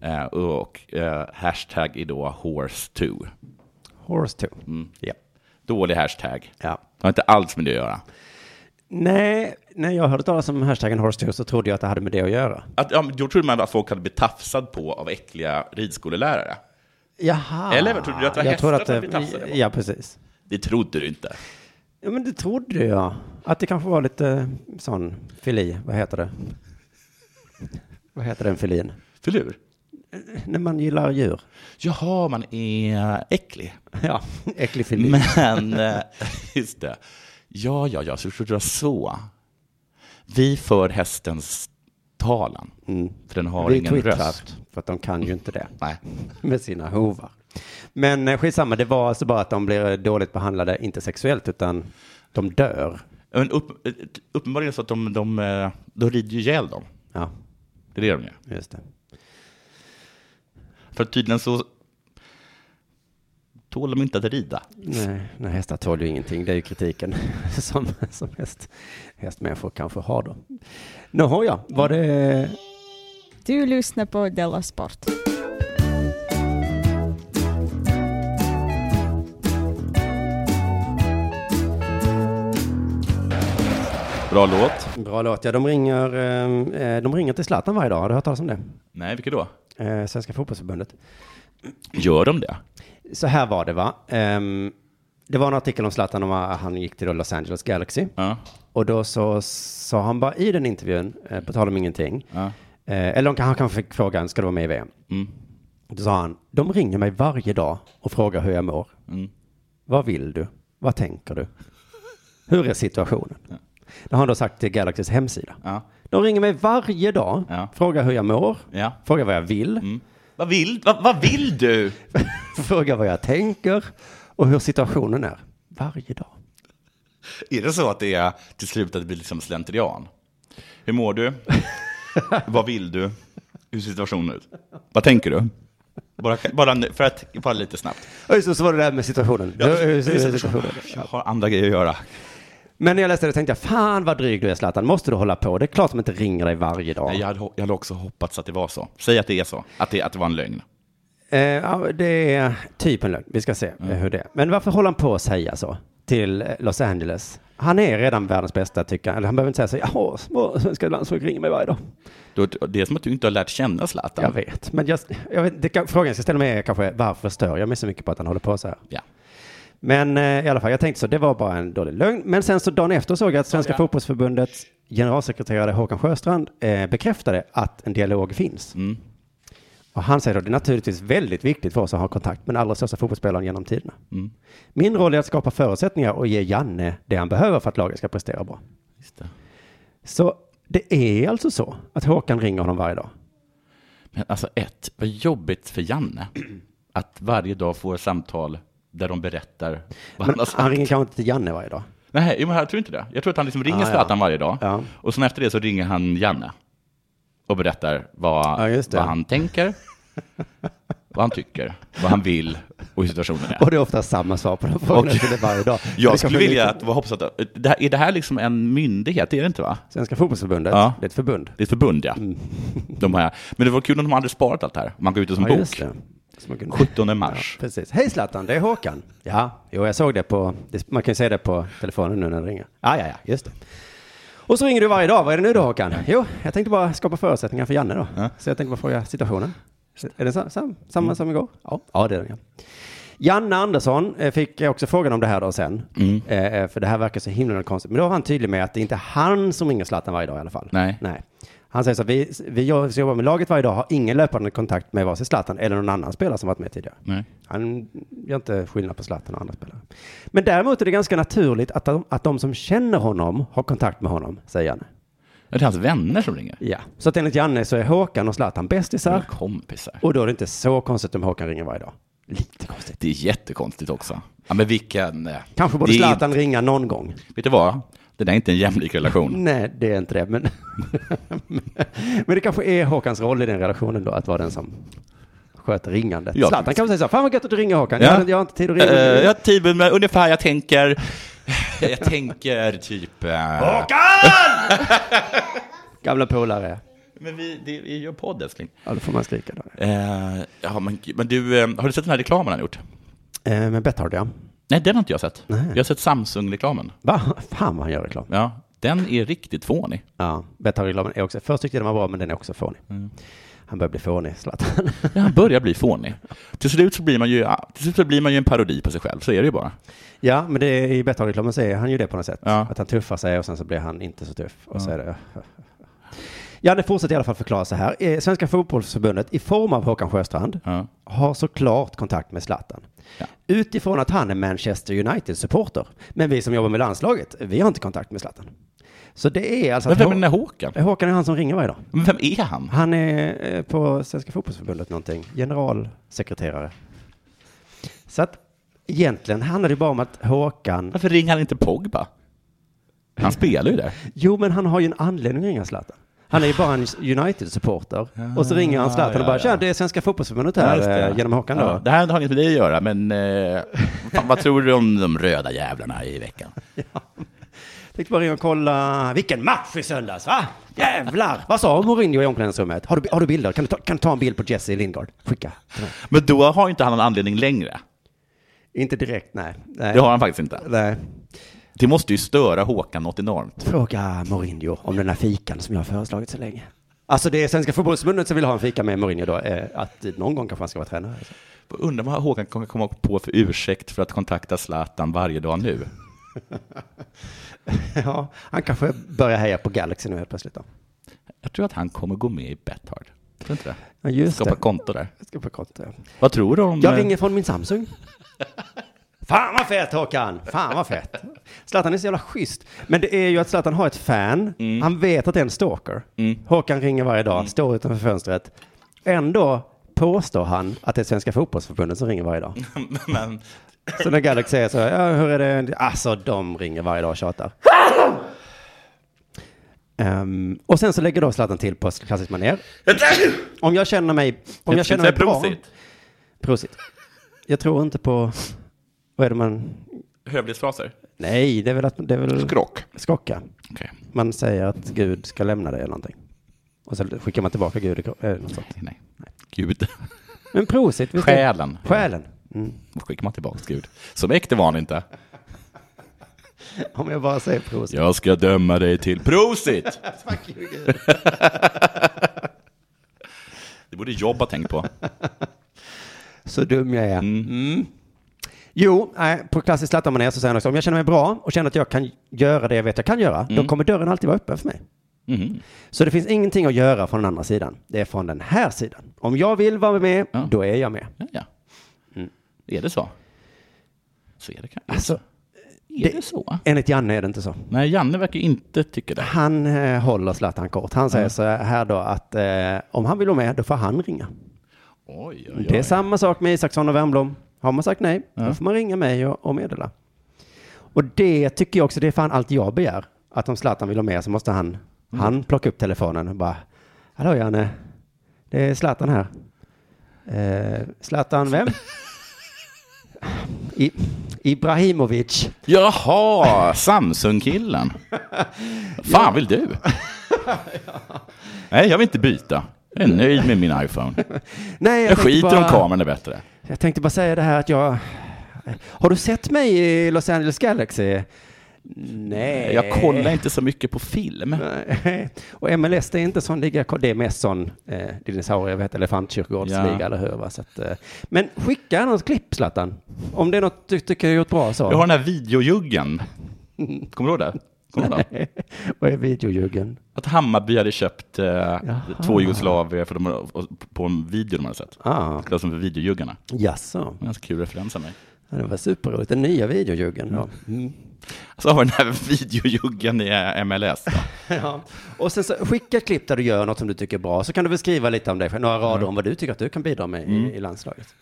Speaker 2: Eh, Och eh, hashtag är då horse2.
Speaker 1: Horse too.
Speaker 2: Mm.
Speaker 1: Ja.
Speaker 2: Dålig hashtag.
Speaker 1: ja.
Speaker 2: Det har inte alls med det att göra.
Speaker 1: Nej, när jag hörde talas om hashtaggen horse too så trodde jag att det hade med det att göra.
Speaker 2: Att, ja, men då trodde man att folk hade blivit tafsad på av äckliga ridskolelärare.
Speaker 1: Jaha.
Speaker 2: Eller vad trodde du att det var
Speaker 1: jag
Speaker 2: hästar
Speaker 1: trodde att
Speaker 2: som blev tafsade
Speaker 1: det,
Speaker 2: på?
Speaker 1: Ja, precis.
Speaker 2: Det trodde du inte.
Speaker 1: Ja, men det trodde jag. Att det kanske var lite eh, sån fili, vad heter det? vad heter den filin?
Speaker 2: Filur?
Speaker 1: När man gillar djur.
Speaker 2: Jaha, man är äcklig.
Speaker 1: Ja, äcklig fili. *laughs*
Speaker 2: Men, eh, just det. Ja, ja, ja, så trodde jag så. Vi för hästens talan, för den har
Speaker 1: Mm. Vi
Speaker 2: ingen
Speaker 1: twittrar,
Speaker 2: röst.
Speaker 1: för att de kan ju inte det.
Speaker 2: Nej.
Speaker 1: med sina hovar. Men eh, skitsamma, det var alltså bara att de blir dåligt behandlade, inte sexuellt, utan de dör.
Speaker 2: Men upp, eh, uppenbarligen så att de, de, eh, de rider ju ihjäl dem.
Speaker 1: Ja,
Speaker 2: Det är det de gör.
Speaker 1: just det.
Speaker 2: För tydligen så tål de inte att rida.
Speaker 1: Nej, nej, hästar tål ju ingenting. Det är ju kritiken *laughs* som, som häst, hästmänniskor kanske har då. Nåhå ja, var det...
Speaker 3: Du lyssnar på Della Sport.
Speaker 2: Bra låt.
Speaker 1: En Bra låt. Ja, de ringer, eh, eh, de ringer till Zlatan varje dag. Har du hört talas om det?
Speaker 2: Nej, vilket då?
Speaker 1: Eh, Svenska fotbollsförbundet.
Speaker 2: Gör de det?
Speaker 1: Så här var det va. Ehm, det var en artikel om Zlatan om att han gick till då Los Angeles Galaxy.
Speaker 2: Ja.
Speaker 1: Och då så sa han bara i den intervjun, eh, på tal om ingenting,
Speaker 2: Ja.
Speaker 1: eh, eller han kanske fick frågan, ska du vara med i VM?
Speaker 2: Mm.
Speaker 1: Då sa han, de ringer mig varje dag och frågar hur jag mår.
Speaker 2: Mm.
Speaker 1: Vad vill du? Vad tänker du? Hur är situationen? Det har han då sagt till Galaxys hemsida.
Speaker 2: Ja.
Speaker 1: De ringer mig varje dag,
Speaker 2: Ja.
Speaker 1: frågar hur jag mår,
Speaker 2: Ja.
Speaker 1: frågar vad jag vill,
Speaker 2: Mm. Vad, vill, vad, vad vill du?
Speaker 1: *laughs* frågar vad jag tänker och hur situationen är. Varje dag.
Speaker 2: Är det så att det är till slut att det blir liksom slentrian? Hur mår *laughs* du? Vad vill du? Hur ser situationen ut? Vad tänker du? Bara, bara, nu- för att, bara lite snabbt.
Speaker 1: Och just det, så var det där med situationen. Hur- hur ser situationen?
Speaker 2: Jag har andra grejer att göra.
Speaker 1: Men när jag läste det tänkte jag, fan vad dryg du är Zlatan, måste du hålla på? Det är klart de inte ringer dig varje dag.
Speaker 2: Nej, jag, hade, ho- jag hade också hoppats att det var så. Säg att det är så. Att det, att det var en lögn.
Speaker 1: Eh, ja, det är typ en lögn, vi ska se eh, hur det är. Men varför håller han på att säga så till eh, Los Angeles? Han är redan världens bästa tycker jag. Eller han behöver inte säga så, jaha, små svenska landslag ringer mig varje dag.
Speaker 2: Då- Det är som att du inte har lärt känna Zlatan.
Speaker 1: Jag vet, men jag, jag vet, det, kan- frågan jag ska ställa mig är kanske, varför stör jag mig så mycket på att han håller på så här?
Speaker 2: Ja.
Speaker 1: Men eh, i alla fall, jag tänkte så, det var bara en dålig lögn. Men sen så dagen efter såg jag att Svenska fotbollsförbundets generalsekreterare Håkan Sjöstrand eh, bekräftade att en dialog finns.
Speaker 2: Mm.
Speaker 1: Och han säger då, det är naturligtvis väldigt viktigt för oss att ha kontakt med den allra största fotbollsspelaren genom tiderna.
Speaker 2: Mm.
Speaker 1: Min roll är att skapa förutsättningar och ge Janne det han behöver för att laget ska prestera bra.
Speaker 2: Just det.
Speaker 1: Så det är alltså så att Håkan ringer honom varje dag.
Speaker 2: Men alltså ett, vad jobbigt för Janne. Att varje dag få samtal där de berättar
Speaker 1: Men
Speaker 2: vad han har
Speaker 1: han
Speaker 2: sagt.
Speaker 1: ringer kanske inte till Janne varje dag.
Speaker 2: Nej, jo, men jag tror inte det. Jag tror att han liksom ringer
Speaker 1: Ah, ja.
Speaker 2: Zlatan varje dag.
Speaker 1: Ja.
Speaker 2: Och sen efter det så ringer han Janne. Och berättar vad,
Speaker 1: Ja, just det.
Speaker 2: vad han tänker. vad han tycker, vad han vill och hur situationen är.
Speaker 1: Och det är ofta samma svar på de frågorna
Speaker 2: Och-
Speaker 1: så det är varje dag. Men det
Speaker 2: Jag skulle
Speaker 1: kanske är
Speaker 2: vilja
Speaker 1: lite-
Speaker 2: att, vad hoppas att, det här, är det här liksom en myndighet? Det är det inte va?
Speaker 1: Svenska fotbollsförbundet,
Speaker 2: Ja.
Speaker 1: det är ett förbund.
Speaker 2: Det är ett förbund ja.
Speaker 1: Mm.
Speaker 2: De här. Men det var kul om de hade sparat allt det här. Man går ut det som
Speaker 1: Ja, just
Speaker 2: bok.
Speaker 1: det. Så man kunde-
Speaker 2: 17 mars.
Speaker 1: Ja, precis. Hej Zlatan, det är Håkan. Ja, jo, jag såg det på, det- man kan ju se det på telefonen nu när den ringer. Ja, ja, ja, just det. Och så ringer du varje dag. Vad är det nu då Håkan? Jo, jag tänkte bara skapa förutsättningar för Janne då.
Speaker 2: Ja. Mm.
Speaker 1: Så jag tänkte bara fråga situationen. Är den sam, sam, samma som igår? Ja, ja det är den ja. Janne Andersson eh, fick också frågan om det här då sen.
Speaker 2: Mm.
Speaker 1: Eh, eh, för det här verkar så himla konstigt. Men då var han tydlig med att det inte är han som ringer Zlatan varje dag i alla fall.
Speaker 2: Nej.
Speaker 1: Nej. Han säger så att vi, vi gör- som jobbar med laget varje dag har ingen löpande kontakt med vare sig Zlatan eller någon annan spelare som varit med tidigare.
Speaker 2: Nej.
Speaker 1: Han gör inte skillnad på Zlatan och andra spelare. Men däremot är det ganska naturligt att de, att de som känner honom har kontakt med honom, säger Janne.
Speaker 2: Det är hans vänner som ringer.
Speaker 1: Ja. Så att enligt Janne så är Håkan och Zlatan
Speaker 2: Eller
Speaker 1: bästisar
Speaker 2: kompisar.
Speaker 1: och då är det inte så konstigt om Håkan ringer varje dag. Lite konstigt.
Speaker 2: Det är jättekonstigt också. Ja, men vilken... eh,
Speaker 1: Kanske borde
Speaker 2: det är
Speaker 1: Zlatan ringa någon gång.
Speaker 2: Vet du vad? Det där är inte en jämlik relation.
Speaker 1: Nej, det är inte det. Men, *laughs* men det kanske är Håkans roll i den relationen då, att vara den som sköter ringandet.
Speaker 2: Ja.
Speaker 1: Zlatan kan väl säga så här, fan vad gött att du ringer Håkan,
Speaker 2: Ja.
Speaker 1: jag, hade- jag har inte tid att
Speaker 2: Eh,
Speaker 1: ringa.
Speaker 2: jag har tid, men ungefär jag tänker... Jag tänker typ... eh,
Speaker 1: Gamla polare.
Speaker 2: Men vi, det, vi gör podd, älskling.
Speaker 1: Ja, då får man skrika då.
Speaker 2: Eh, ja, men, gud, men du, eh, har du sett den här reklamen han gjort?
Speaker 1: Eh, men Betthard ja.
Speaker 2: Nej, den har inte jag sett.
Speaker 1: Nej.
Speaker 2: Jag har sett Samsung-reklamen.
Speaker 1: Va? Fan vad han gör reklam.
Speaker 2: Ja, den är riktigt fånig.
Speaker 1: Ja, Betthard-reklamen är också, först tyckte jag den var bra, men den är också fånig.
Speaker 2: Mm.
Speaker 1: Han börjar bli fånig, Zlatan.
Speaker 2: Ja, han börjar bli fånig. Till slut, så blir man ju, ja, till slut så blir man ju en parodi på sig själv, så är det ju bara.
Speaker 1: ja, men det, är- i Betthard-reklamen så är han ju det på något sätt.
Speaker 2: Ja.
Speaker 1: Att han tuffar sig och sen så blir han inte så tuff. Och så är det... *laughs* Janne fortsätter i alla fall förklara så här. Eh, Svenska fotbollsförbundet i form av Håkan Sjöstrand
Speaker 2: Ja.
Speaker 1: har såklart kontakt med Zlatan.
Speaker 2: Ja.
Speaker 1: Utifrån att han är Manchester United-supporter. Men vi som jobbar med landslaget, vi har inte kontakt med Zlatan. Så det är alltså...
Speaker 2: Men
Speaker 1: att
Speaker 2: vem är den
Speaker 1: Hå-
Speaker 2: där Håkan?
Speaker 1: Håkan är han som ringer varje dag.
Speaker 2: Men vem är han?
Speaker 1: Han är eh, på Svenska fotbollsförbundet någonting, generalsekreterare. Så att egentligen handlar det bara om att Håkan,
Speaker 2: Varför ringer han inte Pogba? Han spelar ju där.
Speaker 1: jo men han har ju en anledning att ringa Zlatan. Han är ju bara en United-supporter. Och så ringer han Zlatan och bara, tja det är Svenska fotbollsförbundet
Speaker 2: Ah, Ja, just
Speaker 1: här
Speaker 2: det.
Speaker 1: eh, genom Håkan
Speaker 2: Ja,
Speaker 1: då.
Speaker 2: det här har inget med dig att göra, men eh, fan, vad tror du om de röda jävlarna i veckan?
Speaker 1: Tänkte bara ringa och kolla, vilken match i söndags va? Jävlar! Vad sa Mourinho i omklädningsrummet? Har du, har du bilder? Kan du, ta, kan du ta en bild på Jesse Lindgard? Skicka. till mig.
Speaker 2: Men då har inte han någon anledning längre.
Speaker 1: Inte direkt, nej. nej.
Speaker 2: Det har han faktiskt inte.
Speaker 1: nej.
Speaker 2: Det måste ju störa Håkan något enormt.
Speaker 1: Fråga Mourinho om den här fikan som jag har föreslagit så länge. Alltså det är Svenska fotbollsförbundet som vill ha en fika med Mourinho då, eh, att någon gång kanske han ska vara tränare. *laughs*
Speaker 2: Undrar vad Håkan kommer komma på för ursäkt för att kontakta Zlatan varje dag nu.
Speaker 1: Ja, han kanske börjar heja på Galaxy nu helt plötsligt då.
Speaker 2: Jag tror att han kommer gå med i Betthard. Tror du inte det?
Speaker 1: Ja, just
Speaker 2: Skapa
Speaker 1: det.
Speaker 2: konto där.
Speaker 1: Jag ska på konto.
Speaker 2: Vad tror du om...
Speaker 1: Jag ringer från min *laughs* Samsung. Fan vad fett Håkan! Fan vad fett! Zlatan är så jävla schysst. Men det är ju att Zlatan har ett fan. Han vet att det är en stalker. Håkan ringer varje dag, står utanför fönstret. Ändå påstår han att det är Svenska fotbollsförbundet som ringer varje *laughs* dag.
Speaker 2: Men,
Speaker 1: Så när Galaxy säger så, ja, hur är det? Alltså de ringer varje dag och *laughs* tjatar. Ehm, och sen så lägger då Zlatan till på klassiskt manér. Om jag känner mig, om jag känner mig bra.
Speaker 2: Prosit.
Speaker 1: Prosit. Jag tror inte på, vad är det man,
Speaker 2: Hövlighetsfraser.
Speaker 1: nej det är väl att, det är väl
Speaker 2: Skrock.
Speaker 1: skocka.
Speaker 2: Okej.
Speaker 1: Man säger att Gud ska lämna dig eller någonting. Och så skickar man tillbaka Gud. i kro- eh, något sånt.
Speaker 2: Nej, nej. Gud.
Speaker 1: Men prosit. visst är-
Speaker 2: Själen.
Speaker 1: Själen. Mm.
Speaker 2: Då skickar man tillbaka till Gud. Som äkte var han inte.
Speaker 1: Om jag bara säger prosit.
Speaker 2: Jag ska döma dig till *laughs* prosit. Det borde Jobb ha tänkt på.
Speaker 1: Så dum jag är.
Speaker 2: Mm.
Speaker 1: Mm. Jo, nej, på klassiskt Zlatan-manér så säger han också, om jag känner mig bra och känner att jag kan göra det jag vet jag kan göra,
Speaker 2: Mm.
Speaker 1: då kommer dörren alltid vara öppen för mig.
Speaker 2: Mhm.
Speaker 1: Så det finns ingenting att göra från den andra sidan. Det är från den här sidan. Om jag vill vara med,
Speaker 2: Ja.
Speaker 1: då är jag med.
Speaker 2: Ja, ja. Mm. Är det så? Så är det kanske.
Speaker 1: Alltså,
Speaker 2: är
Speaker 1: det-
Speaker 2: det, så?
Speaker 1: enligt Janne är det inte så.
Speaker 2: Nej, Janne verkar ju inte tycka det.
Speaker 1: Han eh, håller Zlatan kort. Han säger så här då att eh, om han vill vara med, då får han ringa.
Speaker 2: Oj,
Speaker 1: Det är samma sak med Isaksson och Wernbloom. Har man sagt nej, då
Speaker 2: Ja.
Speaker 1: får man ringa mig och, och meddela. Och det tycker jag också, det är fan allt jag begär. Att om Zlatan vill ha med så måste han,
Speaker 2: Mm.
Speaker 1: han plocka upp telefonen och bara, hallå Janne, det är Zlatan här. Eh, Zlatan,
Speaker 2: *laughs*
Speaker 1: vem? I, Ibrahimovic.
Speaker 2: Jaha, *laughs* Samsung-killen. Fan vill du? Nej, jag vill inte byta. Jag är nöjd med min iPhone.
Speaker 1: Nej,
Speaker 2: Jag
Speaker 1: tänkte
Speaker 2: skiter om kameran är bättre.
Speaker 1: Jag tänkte bara säga det här att jag... Har du sett mig i Los Angeles Galaxy? Nej.
Speaker 2: Jag kollar inte så mycket på film.
Speaker 1: Nej. Och MLS det är inte sån liga, det är mest sån eh, dinosaurier, vad heter det, elefantkyrkogårdsliga
Speaker 2: Ja.
Speaker 1: eller hur. Va? Så att, eh, men skicka något klipp Zlatan, om det är något du tycker jag gjort bra så.
Speaker 2: Jag har den här videojuggen. Kommer du ihåg det? Kommer du ihåg det?
Speaker 1: *laughs* Vad är videojuggen?
Speaker 2: Att Hammarby hade köpt eh, två jugoslavier för de, har- på en video de hade sett.
Speaker 1: Ah,
Speaker 2: Det var som för videojuggarna.
Speaker 1: jaså.
Speaker 2: En ganska kul referens av mig.
Speaker 1: Ja, det var superroligt, den nya videojuggen då.
Speaker 2: Mm. Så har vi den här videojuggen i eh, MLS. Då.
Speaker 1: *laughs* Ja. Och sen så skicka ett klipp där du gör något som du tycker är bra, så kan du beskriva lite om dig själv, några rader om vad du tycker att du kan bidra med
Speaker 2: Mm.
Speaker 1: i, i landslaget.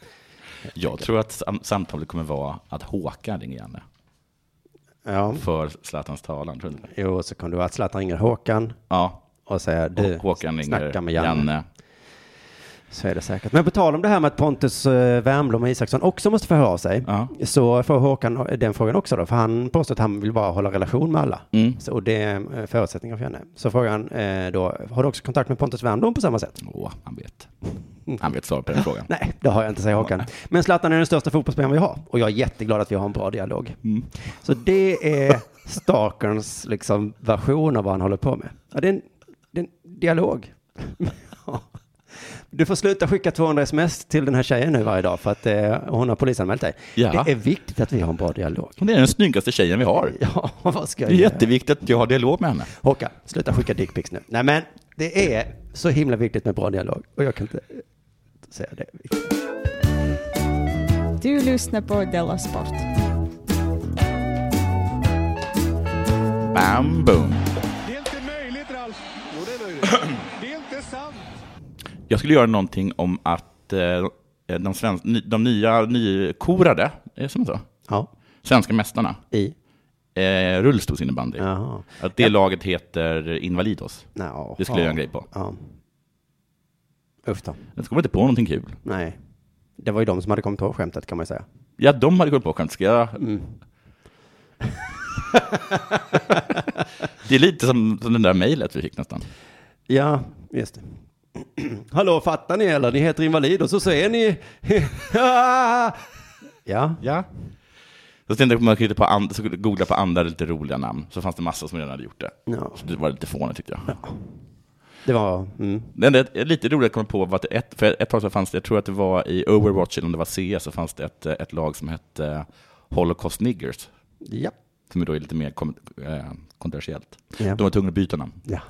Speaker 2: Jag tror att sam- samtalet kommer vara att Håkan ringer Janne
Speaker 1: Ja.
Speaker 2: för Zlatans talan. Tror du inte?
Speaker 1: Jo, så kan du vara att Zlatan ringer Håkan
Speaker 2: Ja,
Speaker 1: och säger du,
Speaker 2: och Håkan
Speaker 1: snacka
Speaker 2: ringer
Speaker 1: med
Speaker 2: Janne.
Speaker 1: Janne. Så är det säkert. Men på tal om det här med att Pontus eh, Wernbloom och Isaksson också måste få höra av sig,
Speaker 2: Ja.
Speaker 1: så får Håkan den frågan också då, för han påstår att han vill bara hålla relation med alla.
Speaker 2: Mm.
Speaker 1: Så, och det är eh, förutsättningar för henne. Så frågan eh, då, har du också kontakt med Pontus Wernbloom på samma sätt?
Speaker 2: Åh, han vet. Han vet svar på den frågan.
Speaker 1: Nej, det har jag inte, säger Håkan. Men Zlatan är den största fotbollsspelaren vi har och jag är jätteglad att vi har en bra dialog. Så det är Starkerns liksom version av vad han håller på med. Ja, det, är en, det är en dialog. Ja. Du får sluta skicka 200 sms till den här tjejen nu varje dag för att eh, hon har polisanmält dig.
Speaker 2: Ja.
Speaker 1: Det är viktigt att vi har en bra dialog. *laughs*
Speaker 2: Hon är den snyggaste tjejen vi har.
Speaker 1: Ja, vad ska
Speaker 2: Det
Speaker 1: jag
Speaker 2: är
Speaker 1: göra?
Speaker 2: jätteviktigt att jag har dialog med henne.
Speaker 1: Håkan, sluta skicka dickpics nu. Nej men, det är så himla viktigt med bra dialog och jag kan inte eh, säga det.
Speaker 3: Du lyssnar på Della Sport.
Speaker 2: Bam, boom.
Speaker 5: Det är inte möjligt, Ralf. Jo, det är möjligt. Det är inte sant.
Speaker 2: Jag skulle göra någonting om att eh, de, svensk, ny- de nya nykorade, är det som så?
Speaker 1: Ja,
Speaker 2: Svenska mästarna,
Speaker 1: i.
Speaker 2: eh, rullstolsinnebandy.
Speaker 1: Jaha.
Speaker 2: Att det laget heter Invalidos.
Speaker 1: No.
Speaker 2: Det skulle jag göra en grej på.
Speaker 1: Ja. Uff då.
Speaker 2: Jag kommer inte på någonting kul.
Speaker 1: Nej. Det var ju de som hade kommit ihåg skämtet kan man ju säga.
Speaker 2: Ja, de hade kommit på skämt. Ska jag... *laughs* det är lite som, som den där mejlet vi fick nästan.
Speaker 1: Ja, just det. *clears throat* Hallå, fattar ni eller? Ni heter invalid och så säger ni... *laughs* ja.
Speaker 2: Ja. Så tänkte jag att man kunde på and- så kunde jag googla på andra lite roliga namn, så fanns det massa som redan hade gjort det.
Speaker 1: Ja.
Speaker 2: Så det var lite fånigt tyckte jag.
Speaker 1: Det var... Mm.
Speaker 2: Det enda är lite roligt att komma på var att ett, för ett tag så fanns det, jag tror att det var i Overwatch eller om det var CS, så fanns det ett, ett lag som hette Holocaust Niggers,
Speaker 1: Ja.
Speaker 2: som då är lite mer kom, eh, kontroversiellt.
Speaker 1: Ja.
Speaker 2: De var tvungna att byta namn.
Speaker 1: ja.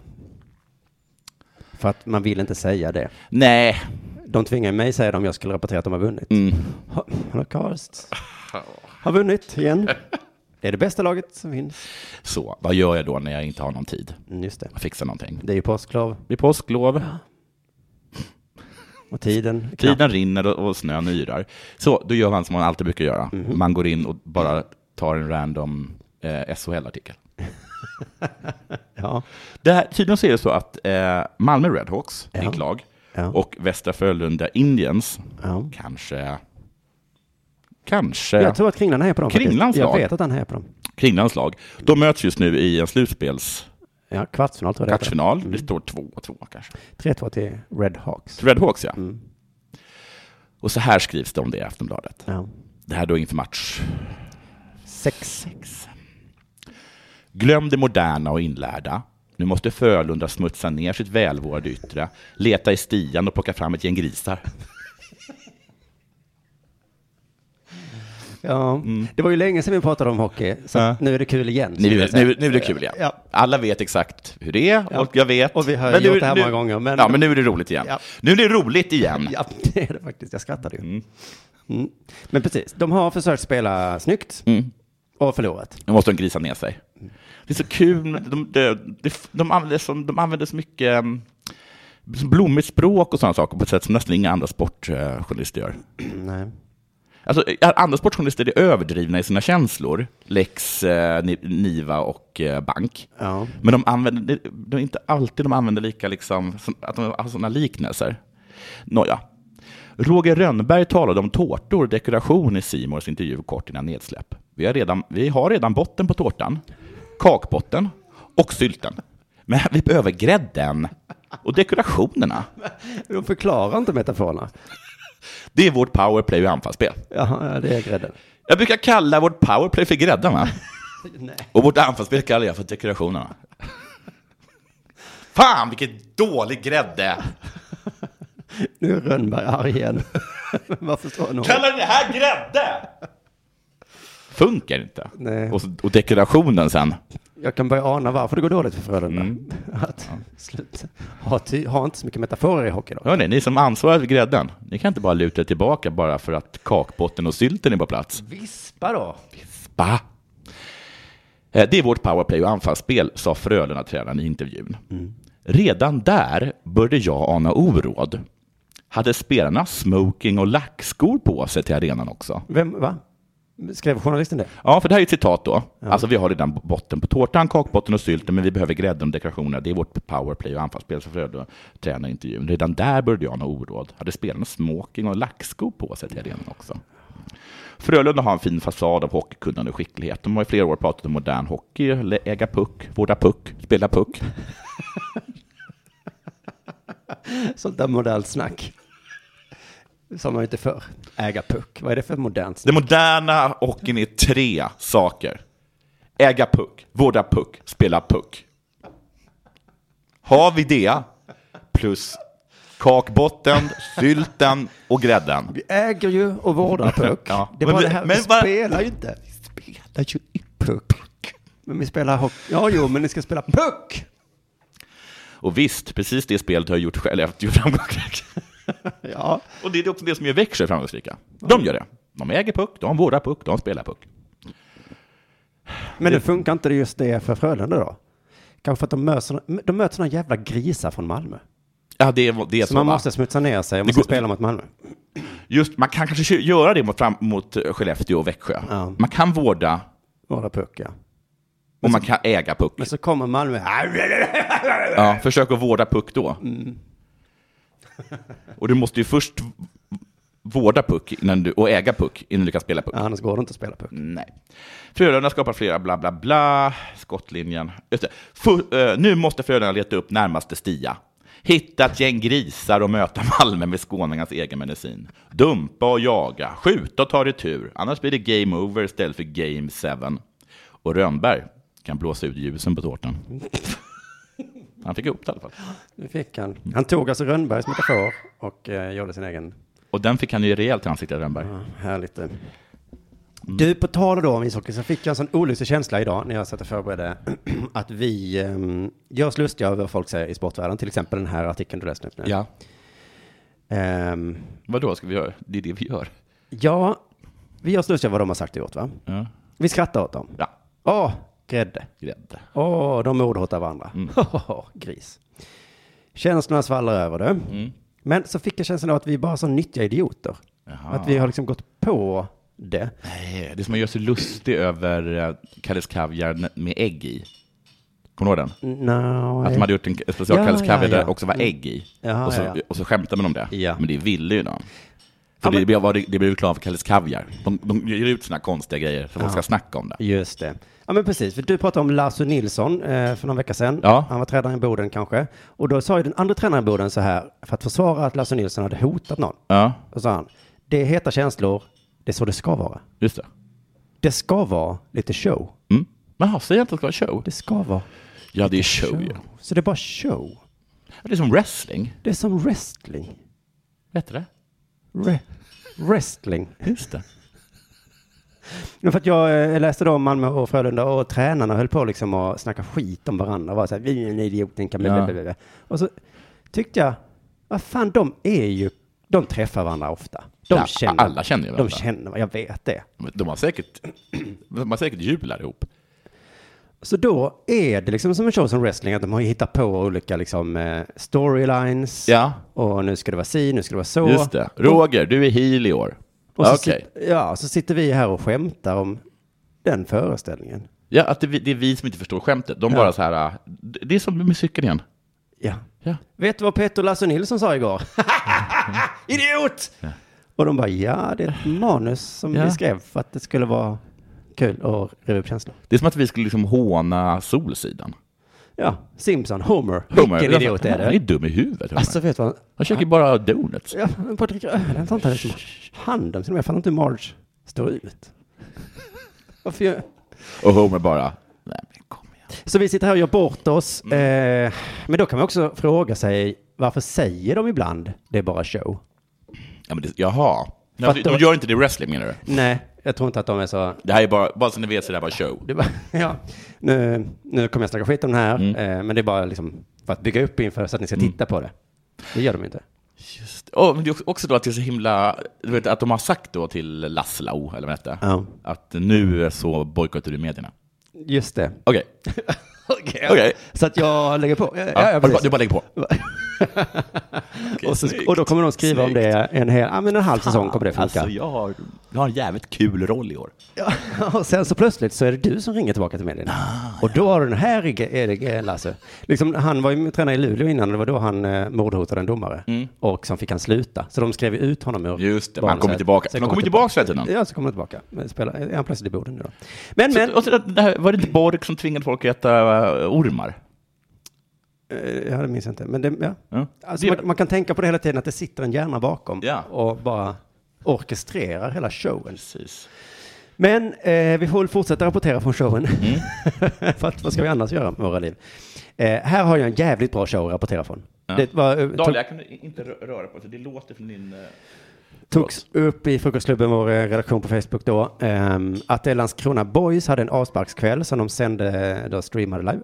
Speaker 1: För att man vill inte säga det.
Speaker 2: Nej!
Speaker 1: De tvingar mig säga det om jag skulle rapportera att de har vunnit.
Speaker 2: Mm.
Speaker 1: Ha- Holocaust har vunnit igen. Det är det bästa laget som vinns.
Speaker 2: Så, vad gör jag då när jag inte har någon tid?
Speaker 1: Mm, Just det.
Speaker 2: Jag fixar någonting.
Speaker 1: Det är ju påsklov
Speaker 2: Det är påsklov,
Speaker 1: och tiden. är knapp.
Speaker 2: tiden rinner och, och snön yrar. Så, då gör man som man alltid brukar göra.
Speaker 1: Mhm.
Speaker 2: Man går in och bara tar en random eh, SHL-artikel.
Speaker 1: Ja.
Speaker 2: Det här, tydligen så är det så att eh, Malmö Redhawks,
Speaker 1: Ja.
Speaker 2: ditt lag,
Speaker 1: Ja.
Speaker 2: och Västra Frölunda Indians,
Speaker 1: ja.
Speaker 2: kanske... Kanske
Speaker 1: Jag tror att Kringlan är på dem.
Speaker 2: Kringlan
Speaker 1: faktiskt. Jag
Speaker 2: slag.
Speaker 1: vet att han är på dem.
Speaker 2: Kringlands lag. De möts just nu i en slutspelsmatchfinal.
Speaker 1: Ja, kvartsfinal tror jag det
Speaker 2: Det står 2-2 kanske.
Speaker 1: är. 3-2 till Red Hawks.
Speaker 2: Redhawks, ja.
Speaker 1: Mm.
Speaker 2: Och så här skrivs det om det i Aftonbladet.
Speaker 1: Ja.
Speaker 2: Det här då inför match
Speaker 1: Sex.
Speaker 2: Glöm det moderna och inlärda. Nu måste Frölunda smutsa ner sitt välvårdade yttre, leta i stian och plocka fram ett gäng grisar.
Speaker 1: Ja. Det var ju länge sedan vi pratade om hockey, så
Speaker 2: Ja.
Speaker 1: nu är det kul igen.
Speaker 2: Nu,
Speaker 1: skulle jag säga.
Speaker 2: nu, nu är det kul igen.
Speaker 1: Ja.
Speaker 2: Alla vet exakt hur det är,
Speaker 1: Ja.
Speaker 2: och jag vet.
Speaker 1: Och vi har
Speaker 2: Men nu-
Speaker 1: gjort det här
Speaker 2: nu-
Speaker 1: många gånger, men-
Speaker 2: Ja, men nu är det roligt igen.
Speaker 1: Ja.
Speaker 2: Nu är det roligt igen.
Speaker 1: Ja, det är det faktiskt. Jag skrattade ju. Mm. Men precis, de har försökt spela snyggt och förlorat. *clears throat*
Speaker 2: Nu måste de grisa ner sig. Det är så kul, med- de, de, de, de, använder, så, de använder så mycket um, som blommigt språk och sådana saker på ett sätt som nästan inga andra sportjournalister gör.
Speaker 1: Nej.
Speaker 2: Alltså, eh, andra sportjournalister är överdrivna i sina känslor. Lex, eh, Ni- Niva och eh, Bank.
Speaker 1: Ja.
Speaker 2: Men de använder, det- det är inte alltid de använder lika, liksom, som- att de har sådana liknelser. Nåja. Roger Rönnberg talade om tårtor och dekoration i Simors intervju kort innan nedsläpp. Vi har, redan, vi har redan botten på tårtan, kakbotten och sylten. Men vi behöver grädden och dekorationerna.
Speaker 1: De förklarar inte metaforerna.
Speaker 2: Det är vårt powerplay och anfallsspel.
Speaker 1: Ja, det är grädden.
Speaker 2: Jag brukar kalla vårt powerplay för grädden, va?
Speaker 1: Nej.
Speaker 2: Och vårt anfallsspel kallar jag för dekorationerna. *laughs* Fan, vilket dålig grädde!
Speaker 1: Nu är Rönnberg arg igen. *laughs* Varför står han och-
Speaker 2: Kallar ni det här grädde? Funkar inte.
Speaker 1: Nej.
Speaker 2: Och, och dekorationen sen.
Speaker 1: Jag kan börja ana varför det går dåligt för Frölunda. *laughs* Att, slut. Ha, ty, ha inte så mycket metaforer i hockey då.
Speaker 2: Hörrni, ni som ansvarar för grädden, ni kan inte bara luta er tillbaka bara för att kakbotten och sylten är på plats.
Speaker 1: Vispa då.
Speaker 2: Spa. Eh, Det är vårt powerplay och anfallsspel, sa Frölunda-tränaren i intervjun. Redan där började jag ana oråd. Hade spelarna smoking och lackskor på sig till arenan också?
Speaker 1: Vem, va? Skrev journalisten det?
Speaker 2: Ja, för det här är ett citat då. Alltså vi har redan botten på tårtan, kakbotten och sylten, men vi behöver grädden och dekorationerna. Det är vårt powerplay och anfallsspel som Frölunda tränar i intervjun. Redan där började jag nå oråd. Hade spelarna smoking och lackskor på sig till arenan också? Frölunda har en fin fasad av hockeykunnande och skicklighet. De har i flera år pratat om modern hockey, lä- äga puck, vårda puck, spela puck.
Speaker 1: Sånt där modernt snack. Som man ju inte för. Äga puck. Vad är det för modernt snack?
Speaker 2: Den moderna hockeyn är tre saker. Äga puck, vårda puck, spela puck. Har vi det, plus kakbotten, sylten och grädden.
Speaker 1: Vi äger ju och *laughs* vårdar puck.
Speaker 2: Ja.
Speaker 1: Det är
Speaker 2: Men
Speaker 1: bara
Speaker 2: vi-
Speaker 1: det här,
Speaker 2: men
Speaker 1: vi
Speaker 2: vad-
Speaker 1: spelar ju inte. Vi spelar ju i puck. Men vi spelar hockey. Ja, jo, men ni ska spela puck!
Speaker 2: Och visst, precis det spelet har jag gjort själv, jag har gjort framgångsrikt.
Speaker 1: Ja,
Speaker 2: Och det är också det som gör Växjö framgångsrika. De gör det. De äger puck, de vårdar puck, de spelar puck.
Speaker 1: men det funkar inte just det för Frölunda då? Kanske för att de möter, de möter några jävla grisar från Malmö.
Speaker 2: Ja, det är, det är
Speaker 1: Så
Speaker 2: så.
Speaker 1: man
Speaker 2: va?
Speaker 1: måste smutsa ner sig om man ska
Speaker 2: går-
Speaker 1: spela mot Malmö.
Speaker 2: Just, man kan kanske göra det mot, fram, mot Skellefteå och Växjö.
Speaker 1: Ja.
Speaker 2: Man kan vårda
Speaker 1: Våra puck, ja.
Speaker 2: och man kan äga puck.
Speaker 1: Men så kommer Malmö.
Speaker 2: Ja, försök att vårda puck då. Och du måste ju först vårda puck innan du, och äga puck innan du kan spela puck.
Speaker 1: Ja, annars går det inte att spela puck.
Speaker 2: Nej. Frölunda skapar flera bla bla bla, skottlinjen. Just det. Fu- eh, nu måste Frölunda leta upp närmaste stia. Hitta ett gäng grisar och möta *laughs* Malmö med skåningarnas egen medicin. Dumpa och jaga, skjuta och ta retur. Annars blir det game over istället för game seven. Och Rönnberg kan blåsa ut ljusen på tårtan. Han fick ihop det i alla fall.
Speaker 1: Nu fick han. Han tog alltså Rönnbergs metafor och eh, gjorde sin egen.
Speaker 2: Och den fick han ju rejält i ansiktet, Rönnberg.
Speaker 1: Ja, härligt. eh. Du, på tal då om ishockey så fick jag en sån olustig känsla idag när jag satt och förberedde *clears throat* att vi eh, gör oss lustiga över vad folk säger i sportvärlden, till exempel den här artikeln du läste upp nu.
Speaker 2: Ja.
Speaker 1: Ehm,
Speaker 2: Vadå, ska vi göra? Det är det vi gör.
Speaker 1: ja, vi gör oss lustiga över vad de har sagt och gjort, va?
Speaker 2: Ja.
Speaker 1: Vi skrattar åt dem.
Speaker 2: ja.
Speaker 1: Åh, grädde.
Speaker 2: Grädde.
Speaker 1: Åh, de mordhotar varandra.
Speaker 2: Mm.
Speaker 1: *laughs* Gris. Känslorna svallar över det.
Speaker 2: Mm.
Speaker 1: Men så fick jag känslan av att vi bara är så nyttiga idioter.
Speaker 2: Jaha.
Speaker 1: Att vi har liksom gått på det.
Speaker 2: Nej, Eh, det är som man gör sig lustig över eh, Kalles Kaviar n- med ägg i. Kommer du ihåg den?
Speaker 1: No,
Speaker 2: Att de hade gjort en k- special
Speaker 1: Ja,
Speaker 2: Kalles
Speaker 1: ja,
Speaker 2: Kaviar där
Speaker 1: ja.
Speaker 2: också var ägg i.
Speaker 1: Ja,
Speaker 2: och, så,
Speaker 1: ja, ja.
Speaker 2: och så skämtade man om det.
Speaker 1: Ja.
Speaker 2: Men det ville ju de. För
Speaker 1: Ja, men-
Speaker 2: det, blev- var, det blev reklam för Kalles Kaviar. De, de ger ut såna konstiga grejer för att folk ska snacka om det.
Speaker 1: Just det. Ja, men precis. För du pratade om Lasse Nilsson eh, för någon vecka sedan.
Speaker 2: Ja.
Speaker 1: Han var tränare i Boden kanske. Och då sa ju den andra tränaren i Boden så här, för att försvara att Lasse Nilsson hade hotat någon.
Speaker 2: Ja,
Speaker 1: Då sa han, det är heta känslor, det är så det ska vara.
Speaker 2: just det.
Speaker 1: Det ska vara lite show.
Speaker 2: Mm. Jaha, säger jag inte att det ska vara show?
Speaker 1: Det ska vara
Speaker 2: Ja, det är show ju.
Speaker 1: show. Så det är bara show.
Speaker 2: Ja. Det är som wrestling.
Speaker 1: Det är som wrestling.
Speaker 2: Vet du det?
Speaker 1: Re- wrestling.
Speaker 2: Just det.
Speaker 1: Men För att jag eh, läste då om Malmö och Frölunda och tränarna höll på liksom att snacka skit om varandra. Var så här, vi är en idiot, ni kan bli,
Speaker 2: Ja.
Speaker 1: bli, bli, bli. Och så tyckte jag, vad fan, de är ju, de träffar varandra ofta. De
Speaker 2: Ja,
Speaker 1: känner,
Speaker 2: alla känner ju
Speaker 1: De
Speaker 2: varandra.
Speaker 1: känner, jag vet det.
Speaker 2: Men De har säkert, de har säkert jul allihop.
Speaker 1: Så då är det liksom som en show som wrestling, att de har ju hittat på olika liksom eh, storylines.
Speaker 2: Ja.
Speaker 1: Och nu ska det vara si, nu ska det vara så.
Speaker 2: Just det. Roger, du är heel i år.
Speaker 1: Och så,
Speaker 2: Okej.
Speaker 1: sit, ja, så sitter vi här och skämtar om den föreställningen.
Speaker 2: Ja, att det, är vi- det är vi som inte förstår skämtet. De bara så här, äh, det det är som med cykeln igen.
Speaker 1: Ja.
Speaker 2: Ja.
Speaker 1: Vet du vad Peter Lasse Nilsson sa igår? *laughs* Idiot! Och de bara, ja, det är ett manus som
Speaker 2: Ja.
Speaker 1: vi skrev för att det skulle vara kul och riva upp känslor.
Speaker 2: Det är som att vi skulle liksom håna Solsidan.
Speaker 1: Ja, Simpson, Homer.
Speaker 2: Homer, Alltså,
Speaker 1: Vilken idiot är
Speaker 2: Han är
Speaker 1: det?
Speaker 2: dum i huvudet. Homer.
Speaker 1: Alltså, vet du vad?
Speaker 2: han käkar ju bara donuts.
Speaker 1: Ja, men Patrik Öhlen sånt här liksom. Handen till och med. Jag fattar inte hur Marge står ut. Varför gör...
Speaker 2: Och Homer bara, nej men kom igen.
Speaker 1: Så vi sitter här och gör bort oss. Eh, men då kan man också fråga sig varför säger de ibland det är bara show?
Speaker 2: Ja, men det, jaha.
Speaker 1: Fattar
Speaker 2: Nej,
Speaker 1: du?
Speaker 2: de gör inte det i wrestling menar du?
Speaker 1: Nej, jag tror inte att de är så...
Speaker 2: Det här är bara, bara så ni vet så är det här bara show.
Speaker 1: Det är bara, *laughs* ja, nu, nu kommer jag snacka skit om den här,
Speaker 2: Mm.
Speaker 1: eh, men det är bara liksom för att bygga upp inför så att ni ska titta på det. Det gör de inte.
Speaker 2: Just det. Och, men det är också då att det är så himla, du vet att de har sagt då till Laszlo, eller vad det hette,
Speaker 1: Ja,
Speaker 2: att nu så bojkottar du medierna.
Speaker 1: just det.
Speaker 2: Okej,
Speaker 1: Okej.
Speaker 2: *laughs* okej.
Speaker 1: Så att jag lägger på. Ja, ja,
Speaker 2: Ja, du,
Speaker 1: precis.
Speaker 2: bara, du bara lägger på.
Speaker 1: *laughs*
Speaker 2: Okej,
Speaker 1: och, så,
Speaker 2: snyggt.
Speaker 1: och då kommer de skriva om
Speaker 2: Snyggt.
Speaker 1: det en hel, ja men en halv säsong kommer det funka.
Speaker 2: Alltså, jag har, jag har en jävligt kul roll i år.
Speaker 1: Ja, *laughs* och sen så plötsligt så är det du som ringer tillbaka till medierna.
Speaker 2: Ah.
Speaker 1: och då har du den här Erik- Erik eh, Lasse. Liksom, han var ju tränare i Luleå innan och det var då han eh, mordhotade en domare. Och som fick han sluta. Så de skrev ut honom ur
Speaker 2: Mm. Just det, men
Speaker 1: banan
Speaker 2: han kommer
Speaker 1: så-
Speaker 2: tillbaka.
Speaker 1: sen
Speaker 2: Men han kommer tillbaka hela tiden.
Speaker 1: Ja, så kommer han tillbaka. Eh, Men spelar, är han plötsligt i Boden nu då? Men,
Speaker 2: Men,
Speaker 1: men.
Speaker 2: så, och så, det här, var det inte Borg som tvingade folk att äta eh, ormar?
Speaker 1: eh, Ja, det minns jag inte. Men det, ja.
Speaker 2: Ja.
Speaker 1: Alltså,
Speaker 2: Det-
Speaker 1: man, man kan tänka på det hela tiden att det sitter en hjärna bakom
Speaker 2: Ja.
Speaker 1: och bara orkestrerar hela showen.
Speaker 2: Precis.
Speaker 1: Men eh, vi får väl fortsätta rapportera från showen.
Speaker 2: Mm.
Speaker 1: *laughs* För att, vad ska vi annars göra med våra liv? Eh, här har jag en jävligt bra show att rapportera från.
Speaker 2: Ja.
Speaker 1: Det var, eh,
Speaker 2: Dahlia,
Speaker 1: tog,
Speaker 2: jag kunde inte rö- röra på det. Det låter från din... eh,
Speaker 1: togs upp i Frukostklubben, vår eh, redaktion på Facebook då, ehm, att det Landskrona Boys hade en avsparkskväll som de sände, eh, då streamade live.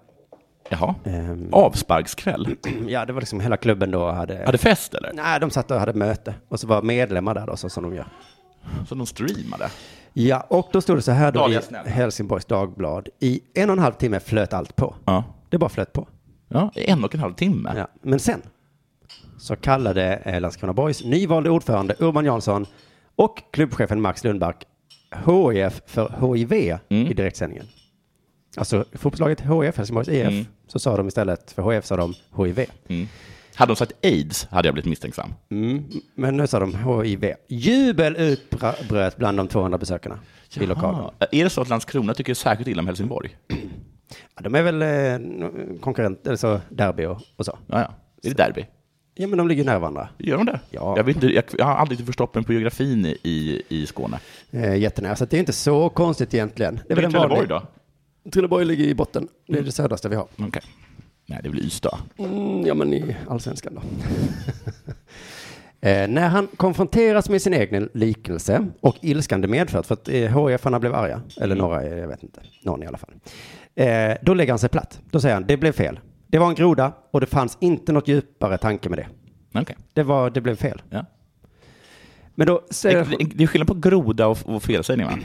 Speaker 2: Jaha.
Speaker 1: Ehm,
Speaker 2: Avsparkskväll?
Speaker 1: Ja, det var liksom hela klubben då hade...
Speaker 2: Hade fest eller?
Speaker 1: Nej, de satt och hade möte och så var medlemmar där då, så som de gör.
Speaker 2: Så de streamade?
Speaker 1: Ja, och då stod det så här då
Speaker 2: Dahlia,
Speaker 1: i
Speaker 2: snälla.
Speaker 1: Helsingborgs Dagblad. I en och en halv timme flöt allt på.
Speaker 2: Ja.
Speaker 1: Det bara flöt på.
Speaker 2: ja. En och en halv timme?
Speaker 1: Ja, men sen så kallade eh, Landskrona Boys nyvalde ordförande Urban Jansson och klubbchefen Max Lundback HIF för HIV i direktsändningen. Alltså fotbollslaget HIF, Helsingborgs IF, så sa de istället för HIF sa de HIV.
Speaker 2: Hade de sagt aids hade jag blivit misstänksam.
Speaker 1: Men nu sa de HIV. Jubel utbröt bland de 200 besökarna i lokalen.
Speaker 2: Jaha. Eh, Är det så att Landskrona tycker särskilt illa om Helsingborg?
Speaker 1: Ja, de är väl eh, konkurrenter, alltså derby och, och så.
Speaker 2: Ja, ja. Är det derby?
Speaker 1: Ja, men de ligger nära varandra.
Speaker 2: Gör de det?
Speaker 1: Ja.
Speaker 2: Jag, vet inte, jag, jag har aldrig förstått mig på geografin i- i, i Skåne.
Speaker 1: Eh, jättenära, så att det är inte så konstigt egentligen. Det är
Speaker 2: Är
Speaker 1: väl
Speaker 2: det
Speaker 1: en vanlig...
Speaker 2: Trelleborg då? Mm.
Speaker 1: Trelleborg ligger i botten. Det är det södraste vi har.
Speaker 2: Okej. Nej, det är väl Ystad.
Speaker 1: Mm, ja, men i allsvenskan då. eh, när han konfronteras med sin egen liknelse och ilskan det medfört, för att eh, HIF-arna blev arga, eller några, eh, jag vet inte, någon i alla fall. Eh, då lägger han sig platt. Då säger han, det blev fel. Det var en groda och det fanns inte något djupare tanke med det.
Speaker 2: Okej.
Speaker 1: Det, var, det blev fel.
Speaker 2: Ja.
Speaker 1: Men då säger
Speaker 2: Det- Det är skillnad på groda och, och felsägning, va?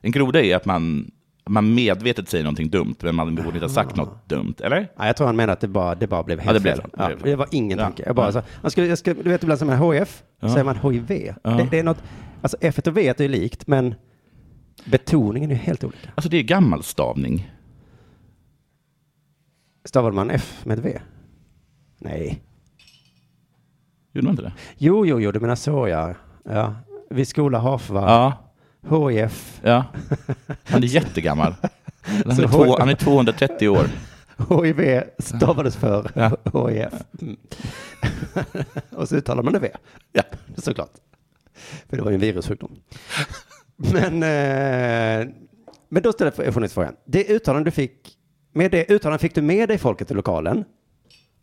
Speaker 2: En groda är att man, man medvetet säger någonting dumt, men man borde inte ha sagt något dumt, eller?
Speaker 1: Nej, jag tror han menar att det bara, det bara blev helt
Speaker 2: Ja, det blev
Speaker 1: fel.
Speaker 2: så. Det
Speaker 1: Ja,
Speaker 2: blev så.
Speaker 1: det var ingen
Speaker 2: Ja.
Speaker 1: tanke. Jag bara,
Speaker 2: Ja.
Speaker 1: så, man skulle, jag skulle, du vet ibland som med HF,
Speaker 2: Ja.
Speaker 1: säger man HIV. Det, det är något, alltså F och V är ju likt, men betoningen är ju helt olika.
Speaker 2: Alltså, det är gammal stavning.
Speaker 1: Stavade man F med V? Nej.
Speaker 2: Gjorde man inte det?
Speaker 1: Jo, jo, jo, du menar så ja. ja. Vi skola Hafva,
Speaker 2: Ja.
Speaker 1: HIF,
Speaker 2: ja. Han
Speaker 1: *laughs*
Speaker 2: är jättegammal. Han
Speaker 1: Så
Speaker 2: är, två, han är 230 år.
Speaker 1: HIV stavades för HIF. Mm. och så uttalar man det V.
Speaker 2: Ja.
Speaker 1: Såklart. För det var ju en virussjukdom. Men, eh, men då ställer jag funnits frågan. Det uttalande du fick, med det uttalandet fick du med dig folket i lokalen.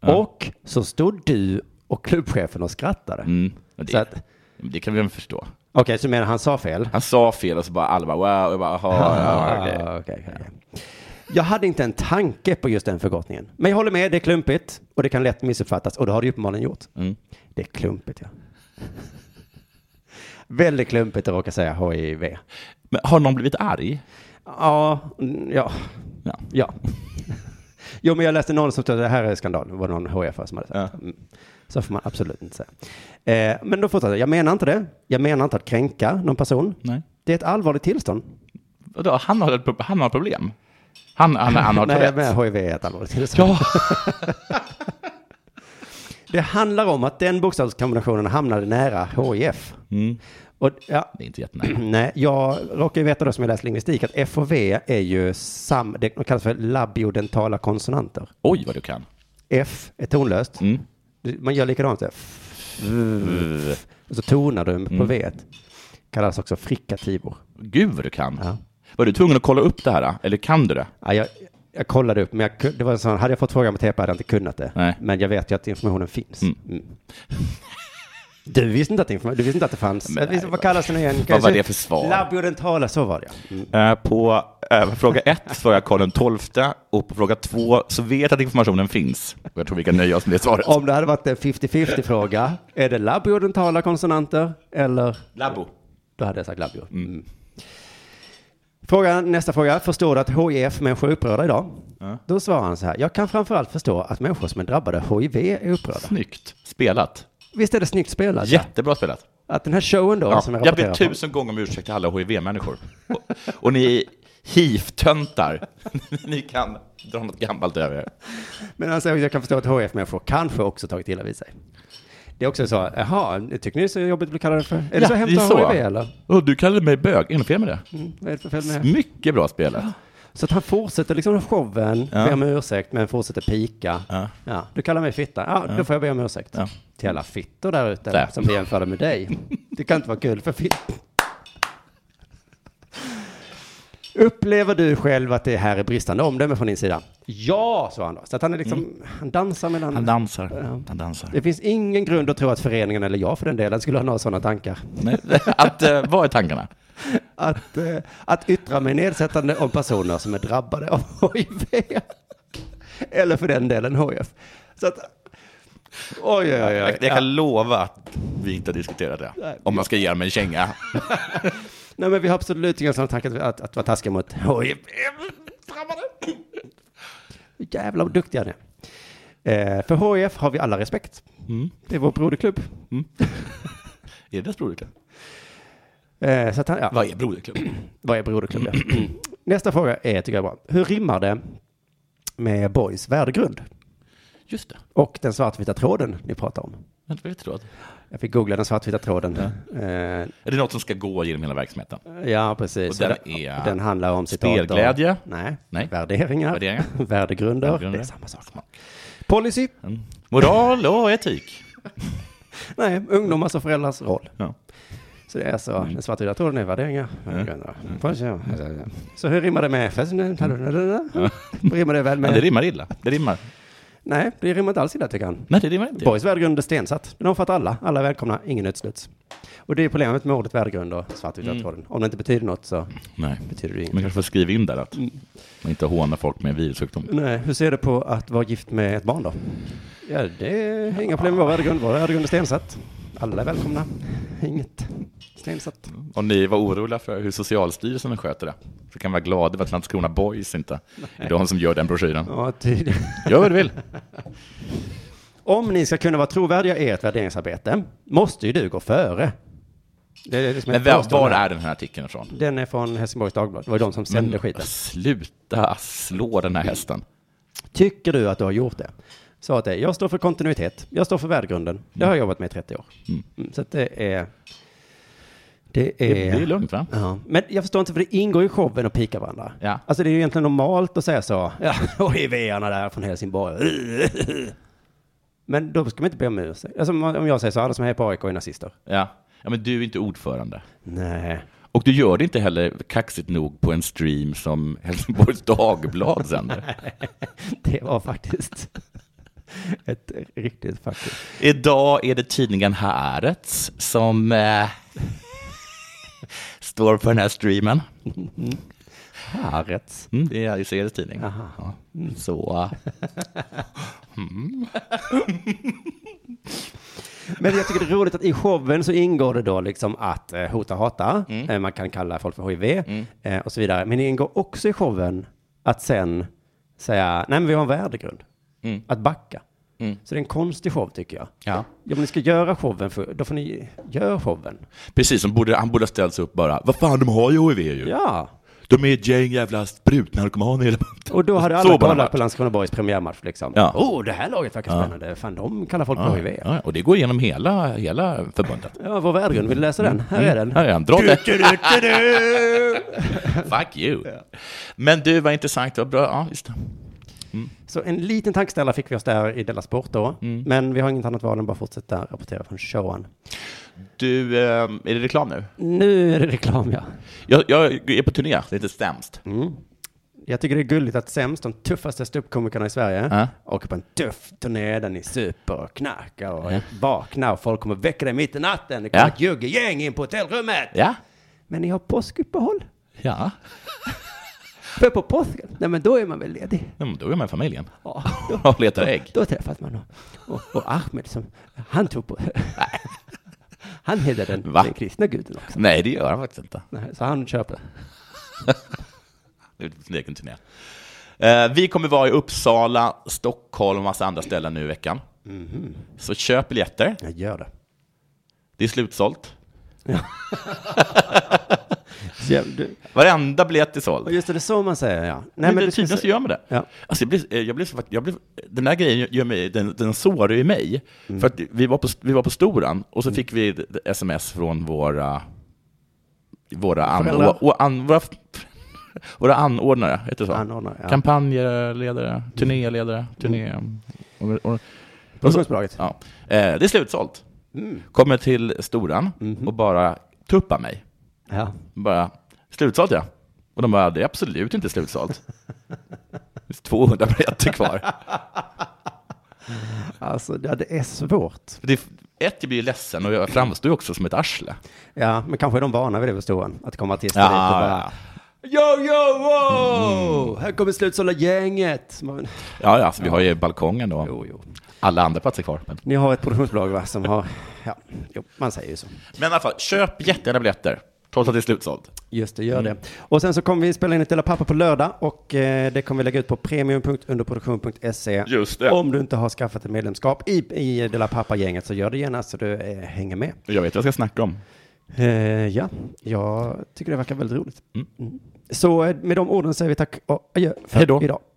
Speaker 1: Och så stod du och klubbchefen och skrattade.
Speaker 2: Mm. Men
Speaker 1: Så
Speaker 2: Det,
Speaker 1: att-
Speaker 2: det kan vi väl förstå.
Speaker 1: Okej, så du menar han sa fel?
Speaker 2: Han sa fel och så bara alla bara wow. Jag bara, aha, ja, okej.
Speaker 1: Ah, okej, okej, okej. Jag hade inte en tanke på just den förkortningen. Men jag håller med, det är klumpigt och det kan lätt missuppfattas och det har det ju uppenbarligen gjort.
Speaker 2: Mm.
Speaker 1: Det är klumpigt, ja. Väldigt klumpigt att råka säga HIV.
Speaker 2: Men har någon blivit arg?
Speaker 1: Ja, mm, ja,
Speaker 2: Ja.
Speaker 1: ja. Jo, men jag läste någon som sa det här är skandal. Det var någon hf som hade sagt.
Speaker 2: Ja.
Speaker 1: Mm. Så får man absolut inte säga. Eh, men då fortsätter jag. Jag menar inte det. Jag menar inte att kränka någon person.
Speaker 2: Nej.
Speaker 1: Det är ett allvarligt tillstånd.
Speaker 2: Vadå, han har, ett pro- han har problem? Han, han, han har *laughs*
Speaker 1: Nej,
Speaker 2: Tourettes?
Speaker 1: men HIV är ett allvarligt tillstånd.
Speaker 2: Ja.
Speaker 1: *laughs* Det handlar om att den bokstavskombinationen hamnade nära HIF. Och, ja,
Speaker 2: Mm.
Speaker 1: *clears throat*
Speaker 2: Det är inte jättenära.
Speaker 1: Nej, jag råkar ju veta då som jag läst lingvistik att F och V är ju sam, det kallas för labiodentala konsonanter.
Speaker 2: Oj, vad du kan.
Speaker 1: F är tonlöst.
Speaker 2: Mm.
Speaker 1: Du- Man gör likadant. Så, här. F. och så tonar du
Speaker 2: Mm.
Speaker 1: på V. Kallas också frikativor.
Speaker 2: Gud, vad du kan.
Speaker 1: Ja.
Speaker 2: Var du tvungen att kolla upp det här? Eller kan du det?
Speaker 1: Ja, jag, jag kollade upp, men jag, kun- det var en sån, hade jag fått frågan på TP hade jag inte kunnat det.
Speaker 2: Nej.
Speaker 1: Men jag vet ju att informationen finns.
Speaker 2: Mm.
Speaker 1: Mm. Du visste inte att, informa- du visste inte att det fanns.
Speaker 2: Men
Speaker 1: visste,
Speaker 2: nej,
Speaker 1: vad kallas den igen?
Speaker 2: vad var det för svar?
Speaker 1: Labiodentala, så var det ja. Mm.
Speaker 2: Eh, På eh, fråga ett svarar jag Karl den tolfte och på fråga två så vet jag att informationen finns. Och Jag tror vi kan nöja oss med det svaret.
Speaker 1: Om det hade varit en 50-50 fråga, är det labiodentala konsonanter eller?
Speaker 2: Labo.
Speaker 1: Då hade jag sagt labio. Mm. Fråga, nästa fråga. Förstår du att HIF-människor är upprörda idag? Då svarar han så här. Jag kan framförallt förstå att människor som är drabbade av HIV är upprörda.
Speaker 2: Snyggt spelat.
Speaker 1: Visst är det snyggt spelat?
Speaker 2: Jättebra spelat.
Speaker 1: Att den här showen då,
Speaker 2: Ja,
Speaker 1: som jag
Speaker 2: jag ber
Speaker 1: rapporterar från,
Speaker 2: tusen gånger om ursäkt till alla HIV-människor. Och, och ni hiv-töntar, *laughs* ni kan dra något gammalt över er.
Speaker 1: Men alltså, jag kan förstå att HIF-människor kanske också tagit illa vid sig. Det är också så, jaha, tycker ni det är så jobbigt att bli kallade för? Är det så hemskt att ha HIV eller?
Speaker 2: Och du kallade mig bög, är det något fel med det?
Speaker 1: Vad är det för fel med det?
Speaker 2: Mycket bra spelat.
Speaker 1: Så att han fortsätter liksom showen,
Speaker 2: Ja.
Speaker 1: ber om ursäkt, men fortsätter pika.
Speaker 2: Ja.
Speaker 1: Ja, du kallar mig fitta, ja, då får jag be om ursäkt.
Speaker 2: Ja.
Speaker 1: Till alla fittor där ute
Speaker 2: Där.
Speaker 1: som blir jämförda med dig. Det kan inte vara kul för fitt. Upplever du själv att det här är bristande omdöme från din sida? Ja, sa han då. Så att han är liksom, han dansar mellan...
Speaker 2: Mm. Han dansar, han dansar.
Speaker 1: det finns ingen grund att tro att föreningen, eller jag för den delen, skulle ha några sådana tankar.
Speaker 2: Nej, *laughs* att, eh, vad är tankarna?
Speaker 1: Att, eh, att yttra mig nedsättande om personer som är drabbade av *laughs* HIV. Eller för den delen HIF. Så att, oj, oj, oj. oj.
Speaker 2: Jag, jag kan lova att vi inte har diskuterat det. Om man ska ge mig en känga.
Speaker 1: Nej, men vi har absolut inga sådana tankar att, att, att vara taskiga mot HIV. Jävlar vad duktiga ni är. Eh, för HIF har vi alla respekt.
Speaker 2: Mm.
Speaker 1: Det är vår broderklubb.
Speaker 2: Är det deras broderklubb?
Speaker 1: Eh, så att han, ja.
Speaker 2: Vad är broderklubb?
Speaker 1: Vad är broderklubb? ja. *clears throat* Nästa fråga är, tycker jag är bra. Hur rimmar det med Boys värdegrund?
Speaker 2: Just det.
Speaker 1: Och den svartvita tråden ni pratar om.
Speaker 2: Vänta, vad är det för tråd?
Speaker 1: Jag fick googla den svartvita tråden. Eh,
Speaker 2: Är det något som ska gå genom hela verksamheten?
Speaker 1: ja, precis.
Speaker 2: Och den
Speaker 1: Och den,
Speaker 2: är-
Speaker 1: den handlar om citat och-
Speaker 2: Spelglädje?
Speaker 1: Nej.
Speaker 2: Nej.
Speaker 1: Värderingar.
Speaker 2: Värderingar.
Speaker 1: Värdegrunder.
Speaker 2: Värdegrunder.
Speaker 1: Det är samma sak. Policy.
Speaker 2: Mm. Moral och etik.
Speaker 1: Nej, ungdomars och föräldrars roll.
Speaker 2: Ja. Mm.
Speaker 1: Så det är alltså, den svartvita tråden är värderingar. värdegrunder. Policy, ja. Så hur rimmar det med... rimmar det väl
Speaker 2: Men Mm. det
Speaker 1: med...
Speaker 2: rimmar illa. Det rimmar.
Speaker 1: Nej, det rimmar inte alls illa tycker han.
Speaker 2: Nej, det rimmar inte.
Speaker 1: Borgs värdegrund är stensatt. Den omfattar alla. Alla är välkomna, ingen utesluts. Och det är problemet med ordet värdegrund och svartvita
Speaker 2: Mm.
Speaker 1: tråden. Om det inte betyder något så
Speaker 2: Nej.
Speaker 1: betyder det inget.
Speaker 2: Man kanske får skriva in där
Speaker 1: Mm.
Speaker 2: att man inte hånar folk med virussjukdom.
Speaker 1: Nej, hur ser du på att vara gift med ett barn då? Ja, det är inga problem med vår värdegrund. Vår värdegrund är stensatt. Alla är välkomna. Inget stensatt.
Speaker 2: Om ni var oroliga för hur Socialstyrelsen sköter det, så kan ni vara glada över att Landskrona Boys inte är de som gör den broschyren.
Speaker 1: Ja, tydligen.
Speaker 2: Gör vad
Speaker 1: *laughs*
Speaker 2: du vill.
Speaker 1: Om ni ska kunna vara trovärdiga i ert värderingsarbete måste ju du gå före. Det är liksom
Speaker 2: Men
Speaker 1: ett
Speaker 2: var, var
Speaker 1: påstående.
Speaker 2: är den här artikeln ifrån?
Speaker 1: Den är från Helsingborgs Dagblad. Det var ju de som sände
Speaker 2: *laughs*
Speaker 1: skiten.
Speaker 2: Sluta slå den här hästen.
Speaker 1: Tycker du att du har gjort det? Svaret är, jag står för kontinuitet. Jag står för värdegrunden. Det har jag jobbat med i 30 år. Mm, Så att det är... Det är...
Speaker 2: Det är lugnt, va?
Speaker 1: Ja. Men jag förstår inte, för det ingår ju i showen att pika varandra.
Speaker 2: Ja.
Speaker 1: Alltså det är ju egentligen normalt att säga så. *laughs* Ja, HIV-arna där från Helsingborg. *laughs* Men då ska man inte be om ursäkt. Alltså om om jag säger så, alla som är på AIK är nazister.
Speaker 2: Ja. ja, men du är inte ordförande.
Speaker 1: Nej. *laughs*
Speaker 2: Och du gör det inte heller kaxigt nog på en stream som Helsingborgs Dagblad sänder.
Speaker 1: Det var faktiskt *laughs* ett riktigt faktiskt.
Speaker 2: Idag är det tidningen Haaretz som eh, *laughs* står för den här streamen.
Speaker 1: Härets.
Speaker 2: Mm, det är Israels tidning.
Speaker 1: Aha. Mm.
Speaker 2: Ja. Så,
Speaker 1: Men jag tycker det är roligt att i showen så ingår det då liksom att eh, hota och hata.
Speaker 2: Mm.
Speaker 1: Eh, man kan kalla folk för HIV eh, och så vidare. Men det ingår också i showen att sen säga, nej men vi har en värdegrund.
Speaker 2: Mm.
Speaker 1: Att backa. Så det är en konstig show tycker jag. *laughs*
Speaker 2: ja.
Speaker 1: Ja, om ni ska göra showen, för, då får ni göra showen.
Speaker 2: Precis, som borde, han borde ha ställt sig upp bara. Vad fan, de har ju HIV ju.
Speaker 1: Ja.
Speaker 2: De är ett gäng jävla sprutnarkomaner hela bunten.
Speaker 1: Och då hade
Speaker 2: Så
Speaker 1: alla
Speaker 2: bara
Speaker 1: kollat
Speaker 2: match.
Speaker 1: på Landskrona Borgs premiärmatch liksom.
Speaker 2: Ja.
Speaker 1: Oh, det här laget verkar spännande. Fan, de kallar folk på HIV.
Speaker 2: Ja, och det går igenom hela, hela förbundet.
Speaker 1: Ja, vår värdegrund, vill du läsa den? Här är den.
Speaker 2: Här är han. Dra det. *laughs* Fuck you. Men du, vad intressant. Vad bra. Ja, just det.
Speaker 1: Så en liten tankställa fick vi oss där i Della Sport då.
Speaker 2: Mm.
Speaker 1: Men vi har inget annat val än att bara fortsätta rapportera från showen.
Speaker 2: Du, eh, är det reklam nu?
Speaker 1: Nu är det reklam, ja.
Speaker 2: Jag, jag är på turné, det heter Sämst.
Speaker 1: Mm. Jag tycker det är gulligt att sämst, de tuffaste ståuppkomikerna i Sverige,
Speaker 2: Ja.
Speaker 1: åker på en tuff turné där ni super och knarkar och vaknar och folk kommer väcka dig mitt i natten. Det kommer
Speaker 2: Ja.
Speaker 1: ett juggegäng in på hotellrummet.
Speaker 2: Ja.
Speaker 1: Men ni har påskuppehåll.
Speaker 2: Ja.
Speaker 1: För på påsken, nej men då är man väl ledig.
Speaker 2: ja men då är man i familjen. *laughs*
Speaker 1: Ja,
Speaker 2: Och letar ägg.
Speaker 1: Då träffas man och, och, och Ahmed som, han tog på, *laughs* han hedrar den,
Speaker 2: Va?
Speaker 1: den kristna guden också.
Speaker 2: Nej, det gör han faktiskt inte.
Speaker 1: Nej, Så han köper.
Speaker 2: Det är sin egen turné. Eh, vi kommer vara i Uppsala, Stockholm och massa andra ställen nu i veckan. Så köp biljetter.
Speaker 1: Jag gör det.
Speaker 2: Det är slutsålt.
Speaker 1: Så jag- du,
Speaker 2: Varenda biljett är såld.
Speaker 1: och just det, det är så man säger ja. Nej,
Speaker 2: Nej, men
Speaker 1: du
Speaker 2: det
Speaker 1: ska
Speaker 2: tydligen så
Speaker 1: säga-
Speaker 2: gör man det.
Speaker 1: Ja.
Speaker 2: Alltså, jag blir, eh, jag blir, så- jag blir, den där grejen gör mig, den, den sårar ju mig. För att vi var, på, vi var på Storan och så fick vi ett sms från våra, våra, an,
Speaker 1: Föräldrar.
Speaker 2: och, an, våra, *laughs* våra anordnare, heter det så?
Speaker 1: Anordnare, ja.
Speaker 2: Kampanjledare, turnéledare, turné... Och, och,
Speaker 1: Produktionsbolaget.
Speaker 2: ja. Mm. eh, det är slutsålt.
Speaker 1: Mm.
Speaker 2: Kommer till Storan
Speaker 1: Mm-hmm.
Speaker 2: och bara tuppar mig.
Speaker 1: Ja.
Speaker 2: Bara, slutsålt ja. Och de bara, det är absolut inte *laughs* slutsålt. Det är 200 biljetter kvar.
Speaker 1: Alltså, ja, det är svårt.
Speaker 2: Det är, ett, jag blir ju ledsen och jag framstår ju också som ett arsle.
Speaker 1: Ja, men kanske är de vana vid det på Storan, att komma artister
Speaker 2: Ja,
Speaker 1: dit och bara Yo, yo, wow! Här kommer slutsålda gänget! Man-
Speaker 2: Mm. Ja, ja, alltså, vi har ju balkongen
Speaker 1: Jo,
Speaker 2: och
Speaker 1: jo.
Speaker 2: alla andra platser kvar. Men,
Speaker 1: Ni har ett produktionsbolag va, som har, ja, jo, man säger ju så.
Speaker 2: men i alla fall, köp jättegärna biljetter, trots att det är slutsålt.
Speaker 1: Just det, gör det. Mm. Och sen så kommer vi spela in ett Dela Pappa på lördag och eh, det kommer vi lägga ut på premium.underproduktion.se.
Speaker 2: Just det.
Speaker 1: Om du inte har skaffat ett medlemskap i, i Dela Pappa-gänget så gör det gärna så du eh, hänger med.
Speaker 2: Jag vet vad jag ska snacka om.
Speaker 1: Eh, ja, Mm. jag tycker det verkar väldigt roligt. Mm. Så eh, med de orden säger vi tack och adjö för
Speaker 2: Hej då.
Speaker 1: idag.